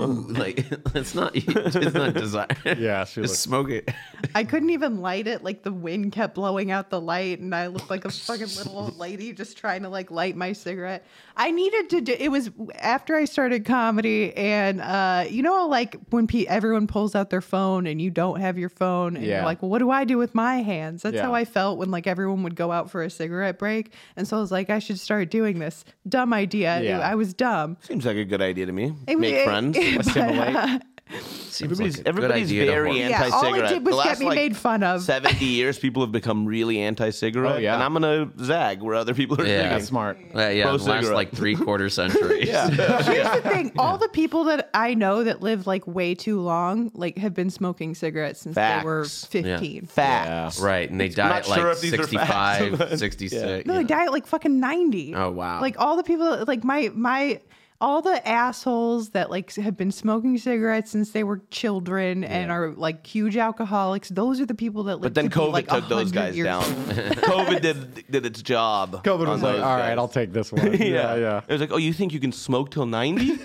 ooh, like it's not. It's not desired. Yeah, she just looked- smoke it. I couldn't even light it. Like the wind kept blowing out the light, and I looked like a fucking little old lady just trying to like light my cigarette. I needed to do. It was after I started comedy, and uh, you know, like when pe- everyone pulls out their phone and you don't have your phone, and you're Yeah. like, well, what do I do with my hands? That's how Yeah. I felt when like everyone would go out for a cigarette break, and so I was like, I should start doing this. Dumb idea. Yeah. I was dumb. Seems like a good idea to me. It- Make it- friends. Assimilate. Seems Everybody's, like a everybody's good idea to very hoard. Yeah, all it anti-cigarette. did was The get last, me like, made fun of. Seventy years, people have become really anti-cigarette, Oh, yeah. and I'm gonna zag where other people are. Yeah. zigging. That's smart. Uh, yeah, Pro the last cigarette. like three quarter centuries. Here's the thing: all the people that I know that live like way too long, like have been smoking cigarettes since they were Facts. fifteen. Facts. Right, and they die not at like sure if these are facts, 65, but- 66. No, they die at like fucking ninety. Oh, wow. Like all the people, that- like my my all the assholes that like have been smoking cigarettes since they were children and are like huge alcoholics. Those are the people that. Live But then to be, COVID like, took 100 those guys years down. old. COVID did did its job. COVID on was like, those all guys. right, I'll take this one. yeah, yeah. It was like, oh, you think you can smoke till ninety?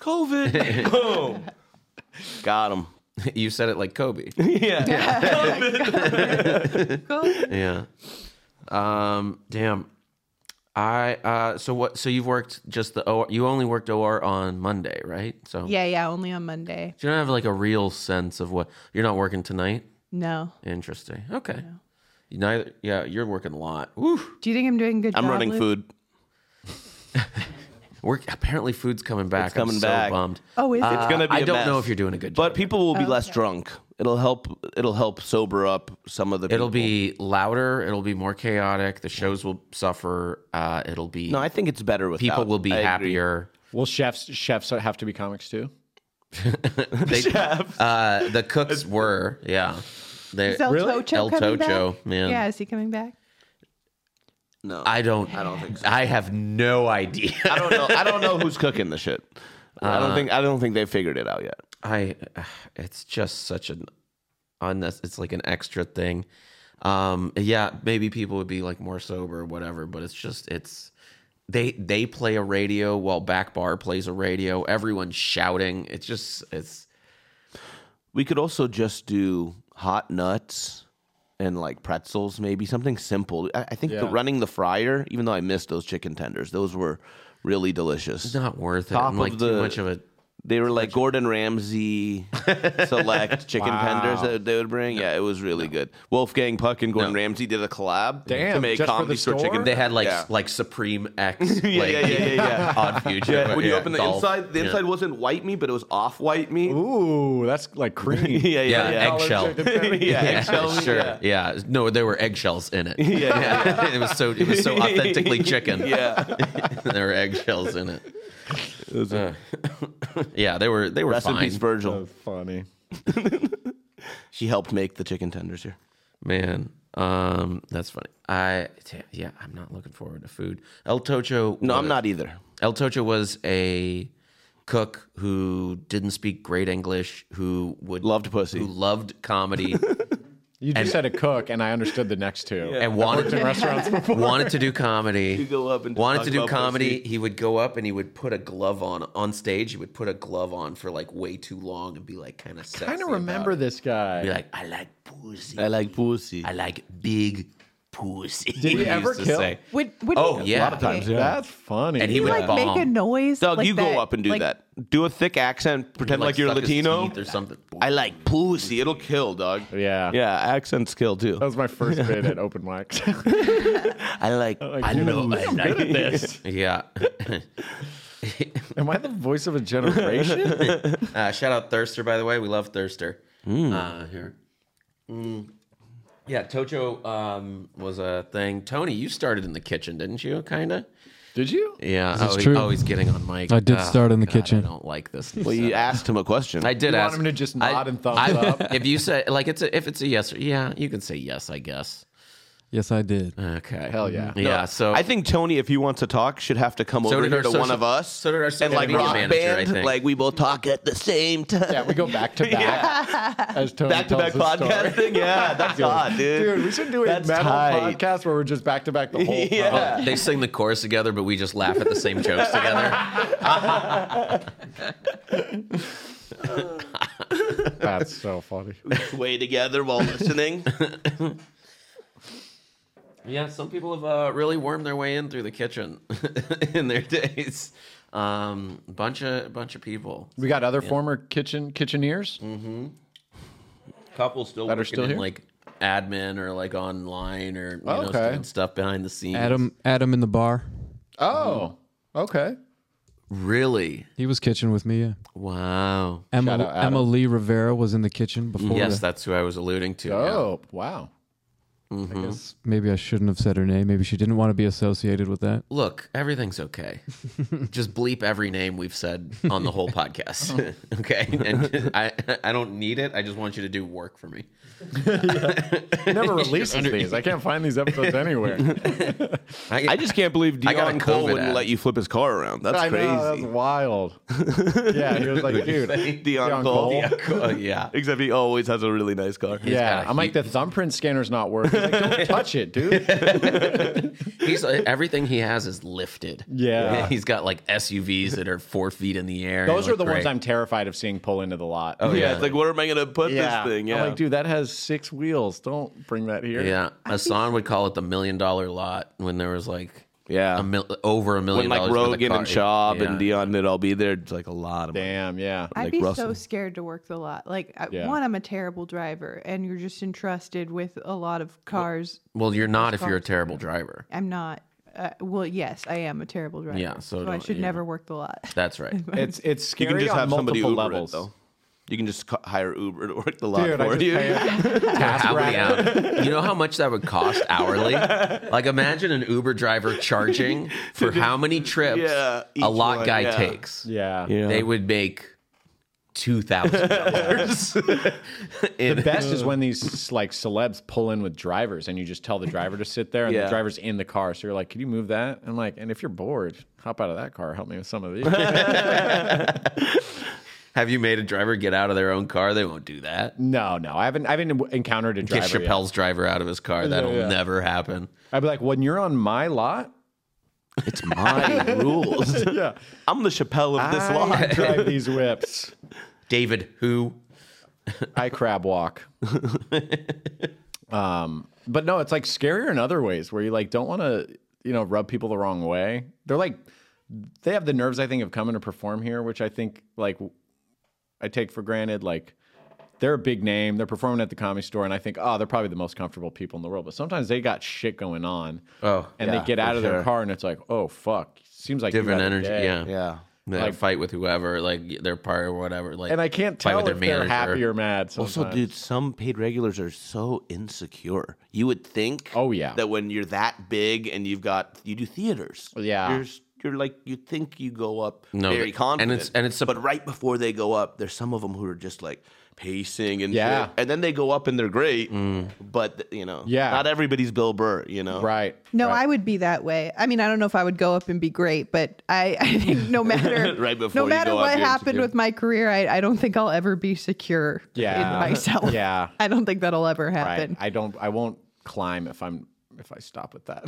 COVID. Boom. Got him. You said it like Kobe. Yeah. Go- yeah. Um. Damn. I. Uh. So what? So you've worked just the OR. You only worked OR on Monday, right? So yeah, yeah. Only on Monday. You don't have like a real sense of what you're not working tonight. No. Interesting. Okay. You Neither. Yeah. You're working a lot. Woo. Do you think I'm doing a good? I'm job, running Luke? food. We're apparently food's coming back. coming I'm back. So bummed. Oh, is it? Uh, gonna be I a don't mess. know if you're doing a good job. But people will be less drunk. It'll help. It'll help sober up some of the. It'll be people. louder. It'll be more chaotic. The shows will suffer. Uh, it'll be No, I think it's better with people will be happier. Will chefs chefs have to be comics too? They, uh, the cooks were, yeah. They, Is El Really? Tocho El coming Tocho, back? man. Yeah, is he coming back? No, I, I don't. I don't think. So. I have no idea. Uh, don't know. I don't know who's cooking the shit. I don't think. I don't think they figured it out yet. I uh, it's just such an unnecessary it's like an extra thing. Um yeah, maybe people would be like more sober or whatever, but it's just it's they they play a radio while back bar plays a radio, everyone's shouting. It's just it's We could also just do hot nuts and like pretzels, maybe something simple. I, I think the Yeah. running the fryer, even though I missed those chicken tenders, those were really delicious. not worth it. Top I'm like of too the- much of a They were like Gordon Ramsay select chicken tenders that they would bring. Yeah, it was really good. Wolfgang Puck and Gordon Ramsay did a collab to Damn, make just for the comedy store, store? chicken. they had like Yeah. like Supreme X yeah, like yeah, yeah, yeah, yeah. odd future. Yeah, when you open the golf. inside, the Yeah. inside wasn't white meat, but it was off white meat. Ooh, that's like cream. Yeah, yeah, Yeah, yeah. eggshell. yeah, eggshell Yeah, meat, sure. yeah. Yeah. No, there were eggshells in it. Yeah. It was so it was so authentically chicken. Yeah. there were eggshells in it. Uh, yeah, they were they were Rest in fine. peace, Virgil. That's funny. She helped make the chicken tenders here. Man, um, that's funny. I t- yeah, I'm not looking forward to food. El Tocho. No, was, I'm not either. El Tocho was a cook who didn't speak great English, who would Loved pussy. who loved comedy You just said a cook, and I understood the next two. and wanted In restaurants before. wanted to do comedy. You go up and wanted talk to do about comedy. He would go up and he would put a glove on on stage. He would put a glove on for like way too long and be like kind of. I I kind of remember this guy. Be like, I like pussy. I like pussy. I like big pussy. Did he ever kill? Would, would Oh, he, yeah. A lot of times, yeah. That's funny. And He he would like bomb. make a noise. Doug, like you that, go up and do like, that. Do a thick accent, pretend like, you're suck his Latino. teeth or something. I like pussy. It'll kill, Doug. yeah. Yeah, accents kill too. That was my first bit at open mics. I like. like, I dude, know. I'm I so like good at this. yeah. Am I the voice of a generation? Uh, shout out Thirster, by the way. We love Thirster. Uh, here. Mm. Yeah, Tocho um, was a thing. Tony, you started in the kitchen, didn't you? Kind of. Did you? Yeah, This is always, true. always getting on mic. I did Ah, start in the God, kitchen. I don't like this. Well, you asked him a question. I did You want ask him to just I- nod and thumbs I- up? If you say like it's a, if it's a yes or yeah, you can say yes, I guess. Yes, I did. Okay. Hell yeah. Yeah. So I think Tony, if he wants to talk, should have to come over did here our to one social- of us. so did our social and like media rock manager, I band, think. like we both talk at the same time. Yeah, we go back to back. As Tony back to back tells the story. podcasting. Yeah, that's hot, dude. Dude, we should do a That's metal tight. podcast where we're just back to back the whole time. Yeah. they sing the chorus together, but we just laugh at the same jokes together. That's so funny. Way together while listening. Yeah, some people have uh, really wormed their way in through the kitchen in their days. Um, bunch of bunch of people. We got other former kitchen kitcheneers. Couple still That are working still in here? like admin or like online or you know Okay. doing stuff behind the scenes. Adam, Adam in the bar. Oh, okay. really? He was kitchen with me. Yeah. Wow. Emma, out Adam. Emma Lee Rivera was in the kitchen before. Yes, the- that's who I was alluding to. yeah. Dope. Wow. I guess maybe I shouldn't have said her name. Maybe she didn't want to be associated with that. look, everything's okay. Just bleep every name we've said on the whole podcast. okay. And I, I don't need it. I just want you to do work for me. he never releases these. I can't find these episodes anywhere. I just can't believe I got a Dion Cole COVID wouldn't ad. let you flip his car around. That's I crazy. know that's wild. yeah, he was like, Dion, dude. Dion Cole. Cole. Oh, yeah. Except he always has a really nice car. Yeah, got a I'm like the thumbprint scanner's not working. He's like, Don't touch it, dude. He's uh, everything he has is lifted. Yeah. He's got like SUVs that are four feet in the air. Those They are the look ones great. I'm terrified of seeing pull into the lot. Oh, Yeah, yeah. it's like, where am I gonna put this thing? Yeah, I'm like, dude, that has six wheels. Don't bring that here. Yeah. Hassan would call it the million dollar lot when there was like yeah. a mil- over a when million like dollars. worth of Rogan car- and Schaub and Yeah. Dion did all be there, it's like a lot of money. Damn. Yeah. I'd like be Russell. so scared to work the lot. Like, I, Yeah. one, I'm a terrible driver, and you're just entrusted with a lot of cars. Well, you're not if you're a terrible driver. I'm not. Uh, well, yes, I am a terrible driver. Yeah, so I don't- should yeah. never work the lot. That's right. It's it's You scary can just on have multiple somebody Uber levels. it though. You can just co- hire Uber to work the lot Dude, I for just you. pay a How task many rack. hours? You know how much that would cost hourly? Like imagine an Uber driver charging for how many trips Yeah, each a lot one, guy yeah. takes. Yeah. They would make two thousand dollars. The best is when these like celebs pull in with drivers, and you just tell the driver to sit there, and Yeah. the driver's in the car. So you're like, "Can you move that?" And like, and if you're bored, hop out of that car. Help me with some of these. Have you made a driver get out of their own car? They won't do that. No, no, I haven't. I haven't encountered a Get driver. yet. Chappelle's driver out of his car. That'll yeah. never happen. I'd be like, when you're on my lot, It's my rules. yeah, I'm the Chappelle of this I lot. drive these whips. David, who? I crab walk. um, but no, it's like scarier in other ways where you like don't want to, you know, rub people the wrong way. They're like, they have the nerves I think of coming to perform here, which I think like I take for granted. Like they're a big name, they're performing at the comedy store, and I think, oh, they're probably the most comfortable people in the world. But sometimes they got shit going on, Oh, and yeah, they get for out of their sure. car, and it's like, oh fuck, seems like you different had a energy. day. Yeah. Yeah. They Like- fight with whoever, like their part or whatever. Like, And I can't Fight tell with if their they're manager. happy or mad. Sometimes. Also, dude, some paid regulars are so insecure. You would think, Oh, yeah. that when you're that big and you've got you do theaters, Yeah. you're s- you're like you think you go up No, very and confident, it's- and it's a- but right before they go up, there's some of them who are just like pacing and Yeah. shit. and then they go up and they're great, Mm. but you know, Yeah. not everybody's Bill Burr, you know, right? No, right. I would be that way. I mean, I don't know if I would go up and be great, but I, I think no matter Right before no you matter go up, what you're happened insecure. with my career, I, I don't think I'll ever be secure Yeah. in myself. Yeah. I don't think that'll ever happen. I, I don't. I won't climb if I'm if I stop with that.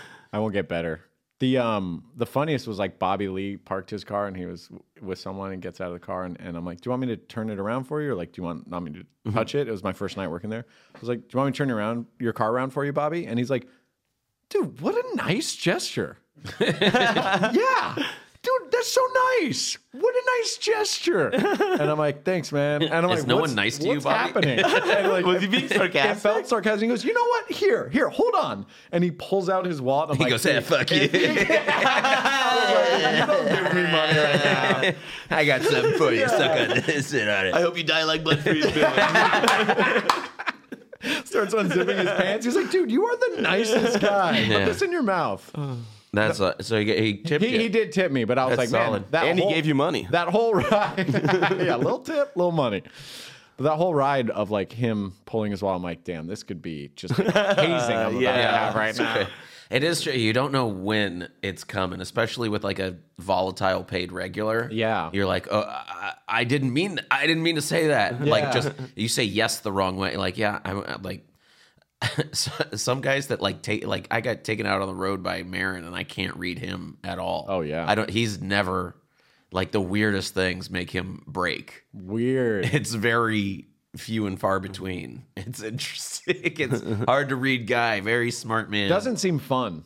I won't get better. The um the funniest was like Bobby Lee parked his car and he was w- with someone and gets out of the car and, and I'm like, do you want me to turn it around for you or like do you want not me Mm-hmm. to touch it? It was my first night working there. I was like, do you want me to turn around your car around for you, Bobby? And he's like, dude, what a nice gesture. yeah. Dude, that's so nice. What a nice gesture. And I'm like, thanks, man. And I'm Is like, no one "What's- nice to you, what's Bobby?" happening? And, like, Was he being it sarcastic? felt sarcasm. He goes, "You know what? Here, here, hold on." And he pulls out his wallet. I'm he like, goes, hey, "Dude, fuck you. I got something for you. Suck on this. Sit on I it. hope you die like blood for your Bill. Starts unzipping his pants. He's like, "Dude, you are the nicest guy. Yeah. Put this in your mouth." Oh, That's uh, so he, he tipped He, you. he did tip me, but I was That's like, "Man, solid. that and he whole, gave you money. that whole ride. yeah, little tip, little money." But that whole ride of like him pulling his wallet, I'm like, "Damn, this could be just like, hazing." I'm about to Yeah. have right now. It is true. You don't know when it's coming, especially with like a volatile paid regular. Yeah. you're like, oh, I, I didn't mean, I didn't mean to say that. Like, Yeah. just you say yes the wrong way. Like, yeah, I'm uh, like. Some guys that like take like I got taken out on the road by Marin and I can't read him at all. Oh, yeah. I don't. He's never like the weirdest things make him break. Weird. It's very few and far between. It's interesting. It's hard to read guy. Very smart man. Doesn't seem fun.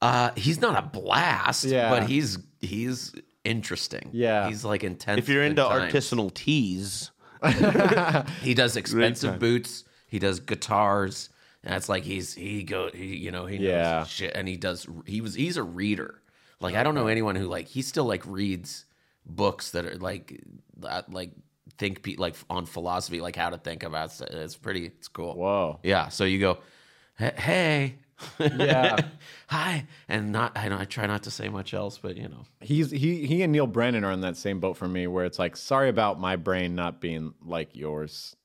Uh, he's not a blast, Yeah. but he's he's interesting. Yeah. he's like intense. If you're at into times. artisanal teas, he does expensive boots. He does guitars, and it's like he's he go he you know he knows Yeah. shit, and he does he was he's a reader. Like I don't know anyone who like he still like reads books that are like that, like think pe- like on philosophy, like how to think about. Stuff. It's pretty. It's cool. Whoa. Yeah. So you go, "He- hey. Yeah. Hi. And not, I, don't, I try not to say much else, but you know. he's he he and Neil Brennan are in that same boat for me, where it's like, sorry about my brain not being like yours.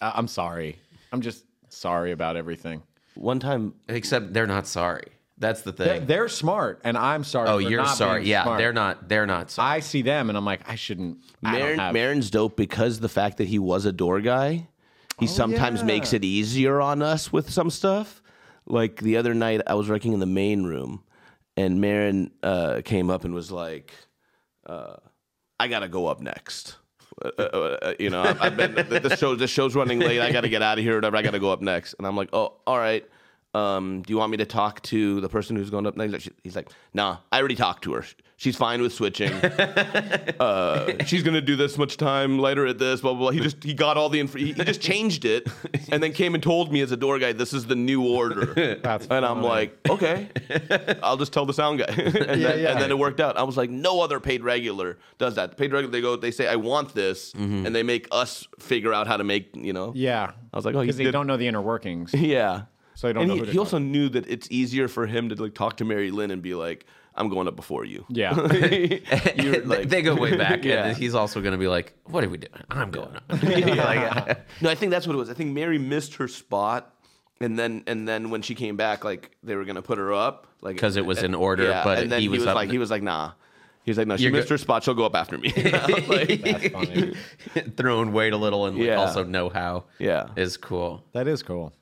I- I'm sorry. I'm just sorry about everything. one time Except they're not sorry. That's the They're, thing. they're smart, and I'm sorry. oh, for you're not sorry. being Yeah, smart. they're not. They're not sorry. I see them, and I'm like, I shouldn't. I don't Marin, have- Marin's dope because the fact that he was a door guy, he sometimes Oh, yeah. makes it easier on us with some stuff. Like the other night, I was working in the main room, and Marin uh, came up and was like, uh, "I gotta go up next." Uh, uh, uh, you know, I've, I've been, the, the show the show's running late. I gotta get out of here. Whatever. I gotta go up next. And I'm like, "Oh, all right." Um, do you want me to talk to the person who's going up next? He's like, "Nah, I already talked to her. She's fine with switching." she's gonna do this much time later at this blah blah blah. He just he got all the info. He, he just changed it and then came and told me as a door guy, this is the new order. That's and I'm like, okay, I'll just tell the sound guy. and, then, yeah. and then it worked out. I was like, no other paid regular does that. The paid regular, they go, they say, I want this, and they make us figure out how to make you know. Mm-hmm. yeah. I was like, oh, he because they did- don't know the inner workings. Yeah. So I don't and know he, who to he talk also knew that it's easier for him to like talk to Mary Lynn and be like, I'm going up before you. Yeah. You're like- they go way back, Yeah. and he's also going to be like, "What are we doing? I'm going on." Like, No, I think that's what it was. I think Mary missed her spot, and then and then when she came back, like they were gonna put her up, like 'Cause it was in order, but and then he was up- like, he was like, nah. He He's like, no, she You're missed go- her spot. She'll go up after me. Like, Thrown weight a little and like, Yeah. also know how yeah. is cool. That is cool.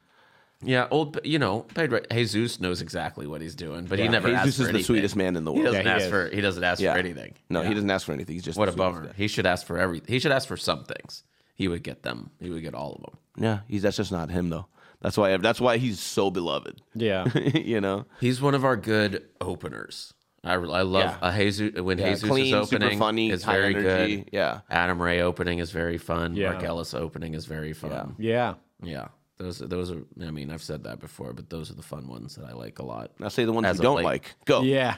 Yeah, old you know Pedro Jesus knows exactly what he's doing, but he never asks for Jesus is the anything. sweetest man in the He world. doesn't Yeah, he ask is. for he doesn't ask Yeah. for anything. No, he doesn't ask for anything. He's just What a the sweetest bummer. guy. He should ask for every. He should ask for some things. He would get them. He would get all of them. Yeah, he's that's just not him though. That's why that's why he's so beloved. Yeah. you know, He's one of our good openers. I, I love Yeah. a Jesus when Yeah, Jesus clean, is opening. super funny, is high very energy. good. Yeah, Adam Ray opening is very fun. Yeah. Mark Ellis opening is very fun. Yeah. Yeah. Those those are. I mean, I've said that before, but those are the fun ones that I like a lot. now say the ones As you of don't late. like. Go. Yeah.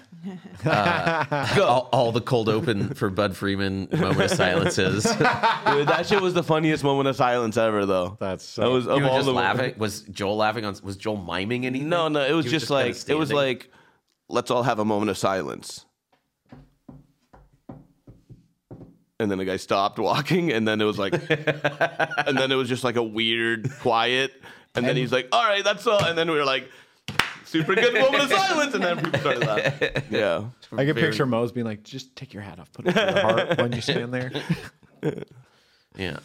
All, all the cold open for Bud Freeman moment of silences. Dude, that shit was the funniest moment of silence ever, though. That's so- that was of you were all just the laughing. Was Joel laughing on? Was Joel miming anything? No, no, it was, He just, kinda like it was standing. like, let's all have a moment of silence. And then the guy stopped walking, and then it was like, and then it was just like a weird quiet. And then he's like, "All right, that's all." And then we were like, "Super good moment of silence." And then people started laughing. Yeah, I can Very- picture Mose being like, just take your hat off, put it on your heart when you stand there. yeah.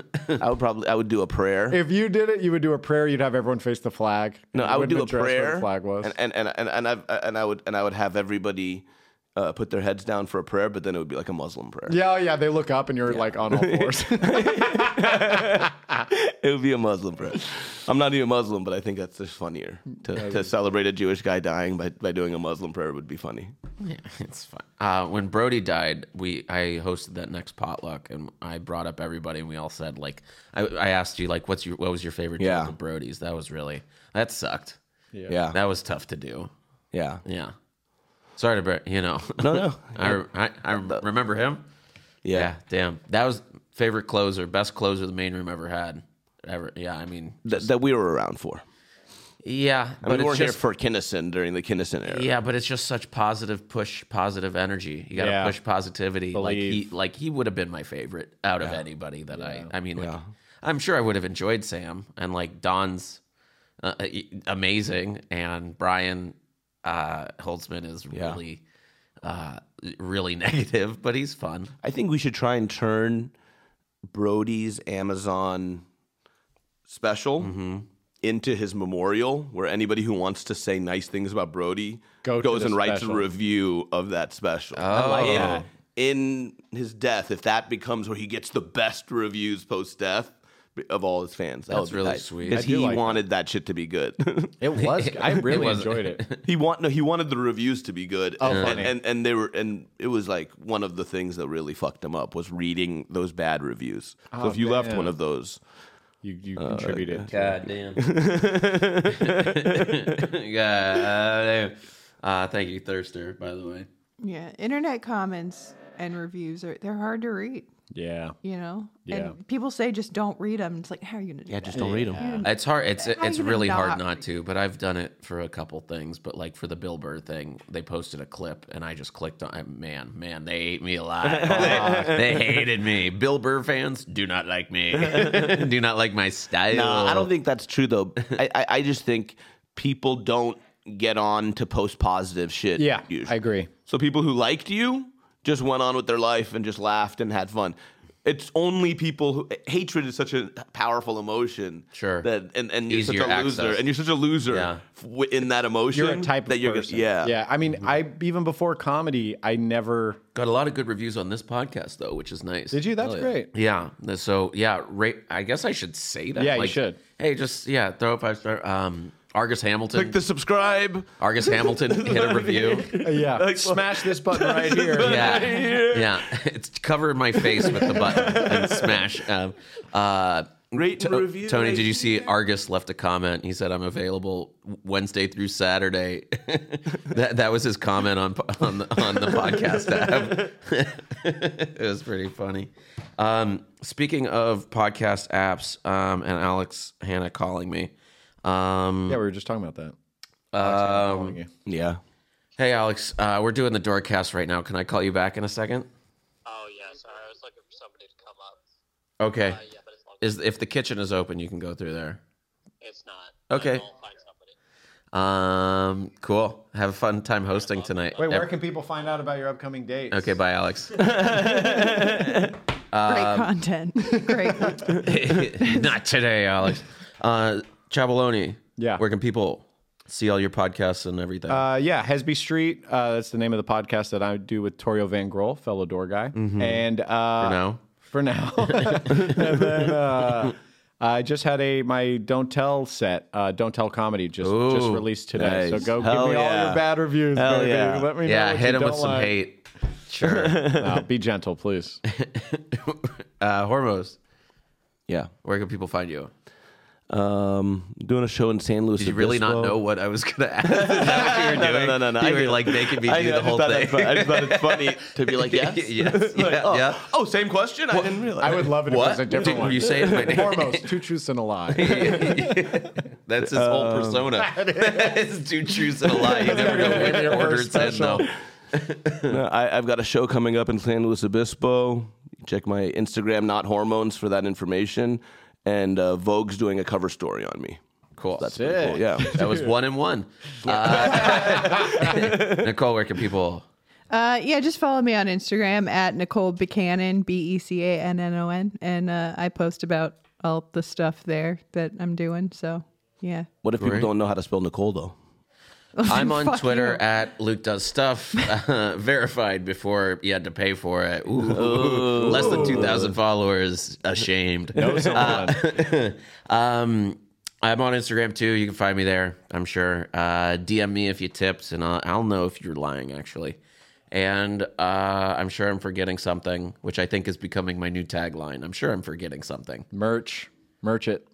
I would probably I would do a prayer. If you did it, you would do a prayer. You'd have everyone face the flag. No, You I would do a wouldn't address where prayer. The flag was. And and and and, and, I've, and I would and I would have everybody uh, put their heads down for a prayer, but then it would be like a Muslim prayer. yeah, oh, yeah. They look up and you're like on all fours. It would be a Muslim prayer. I'm not even Muslim, but I think that's just funnier to, to celebrate a Jewish guy dying by, by doing a Muslim prayer would be funny. Yeah, it's fine. Uh, when Brody died, we I hosted that next potluck, and I brought up everybody, and we all said like, I, I asked you like, what's your what was your favorite joke Yeah. of Brody's? That was really that sucked. Yeah, yeah, That was tough to do. yeah. Yeah, sorry to Bro- you know. No, no, I, I I remember him. yeah. Yeah, damn, that was favorite closer, best closer the main room ever had. Ever, yeah. I mean, That, that we were around for. yeah, I mean, we it's weren't just- here for Kinnison during the Kinnison era. Yeah, but it's just such positive push, positive energy. You got to Yeah. push positivity. Like Believe. he, like he would have been my favorite out of anybody that I. I mean, like, I'm sure I would have enjoyed Sam and like Don's uh, e- amazing, and Brian uh, Holtzman is really, uh, really negative, but he's fun. I think we should try and turn Brody's Amazon special Mm-hmm. into his memorial, where anybody who wants to say nice things about Brody Go to goes the and writes special. a review of that special. Oh, in, in his death, if that becomes where he gets the best reviews post death of all his fans, that That's would be really nice. sweet. Because I do he like wanted that shit to be good. it was. I really wasn't- enjoyed it. He want no, he wanted the reviews to be good. Oh, and, funny. and and they were and it was like one of the things that really fucked him up was reading those bad reviews. so Oh, if you left damn. one of those, You you contributed. God damn. God damn. Uh, thank you, Thirster. By the way. Yeah, internet comments and reviews are they're hard to read. yeah. You know, Yeah. and people say just don't read them. It's like how are you gonna do that? don't read them. It's hard. It's How it's you gonna really hard not not read? to. But I've done it for a couple things. But like for the Bill Burr thing, they posted a clip, and I just clicked on. I- Man, man, they ate me alive. Oh, they, they hated me. Bill Burr fans do not like me. do not like my style. No, I don't think that's true though. I, I I just think people don't get on to post positive shit. Yeah. usually. I agree. So people who liked you just went on with their life and just laughed and had fun. It's only people who hatred is such a powerful emotion. Sure. That and, and you're Easier such a loser access. and you're such a loser Yeah. f- w- in that emotion. You're a type that of you're person. yeah Yeah. I mean, I even before comedy, I never got a lot of good reviews on this podcast though, which is nice. Oh, did you. That's great. Yeah. So yeah, ra- I guess I should say that. Yeah, you should. Hey, just yeah, throw a five star. Um, Argus Hamilton. Click the subscribe. Argus Hamilton hit a review. Yeah. Smash this button right here. Yeah, yeah. It's cover my face with the button and smash. Um, uh, Rate and To- review. Tony, did you see Argus left a comment? He said, "I'm available Wednesday through Saturday." that that was his comment on on the, on the podcast app. it was pretty funny. Um, speaking of podcast apps, um, and Alex Hannah calling me. Um, Yeah, we were just talking about that. um, Yeah. hey Alex, uh, we're doing the doorcast right now. Can I call you back in a second? Oh yeah, sorry. I was looking for somebody to come up. Okay. Uh, Yeah, but it's not. Is if the kitchen is open, you can go through there. It's not. Okay. I'll find Um, somebody. cool. Have a fun time hosting tonight. Wait, where Ev- can people find out about your upcoming dates? okay, bye, Alex. Great content. Great. content. Not today, Alex. Uh, Chabaloni. Yeah. Where can people see all your podcasts and everything? Uh, yeah, Hesby Street. Uh, that's the name of the podcast that I do with Torio Van Grohl, fellow door guy. And uh, for now. for now. and then uh, I just had a my Don't Tell set, uh, Don't Tell comedy, just just Ooh, released today. nice. So go Hell give me all yeah. your bad reviews, Hell baby. yeah. Let me know. Yeah, what hit you him with don't some like. hate. Sure. uh, No, be gentle, please. Hormos. Yeah. Where can people find you? Um, doing a show in San Luis. Did you really not know what I was gonna ask? Is that what you were No, no, doing? no, no, no. I You were knew. like making me I, do knew, the I just whole thought thing. that's fun- I just thought it's funny to be like, yes, Yes, Like, yeah, oh, yeah. Oh, same question. I didn't realize. I would love it if it was a What? different Did, one. were you saying my name? Foremost, two truths and a lie. That's his whole persona. it's two truths and a lie. You never know Maybe which your order first it's in, though. special. No, I, I've got a show coming up in San Luis Obispo. Check my Instagram, not hormones, for that information. And uh, Vogue's doing a cover story on me. Cool. That's pretty cool. Yeah. That was one and one. Uh, Nicole, where can people? Uh, yeah, just follow me on Instagram at Nicole Buchanan, B E C A N N O N, and uh, I post about all the stuff there that I'm doing. So yeah, What if people don't know how to spell Nicole though? Oh, I'm on Fuck Twitter you. at Luke Does Stuff, uh, verified before you had to pay for it. Ooh. Less than 2,000 followers, ashamed. Know someone. Uh, Um, I'm on Instagram too. You can find me there, I'm sure. Uh, DM me if you tipped, and I'll, I'll know if you're lying, actually. And uh, I'm sure I'm forgetting something, which I think is becoming my new tagline. I'm sure I'm forgetting something. merch, merch it.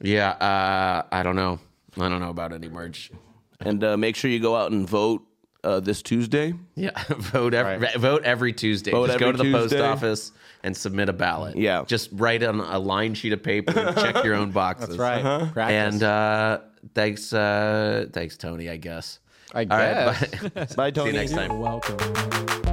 Yeah, uh, I don't know. I don't know about any merch. And uh, make sure you go out and vote uh, this Tuesday. Yeah, vote every Right. vote every Tuesday. Vote Just go to every the post Tuesday. office and submit a ballot. Yeah. just write on a line sheet of paper and check your own boxes. That's right. Practice. And uh, thanks, uh, thanks Tony. I guess. I All right, guess. bye. Bye, See Tony. you next time. Welcome.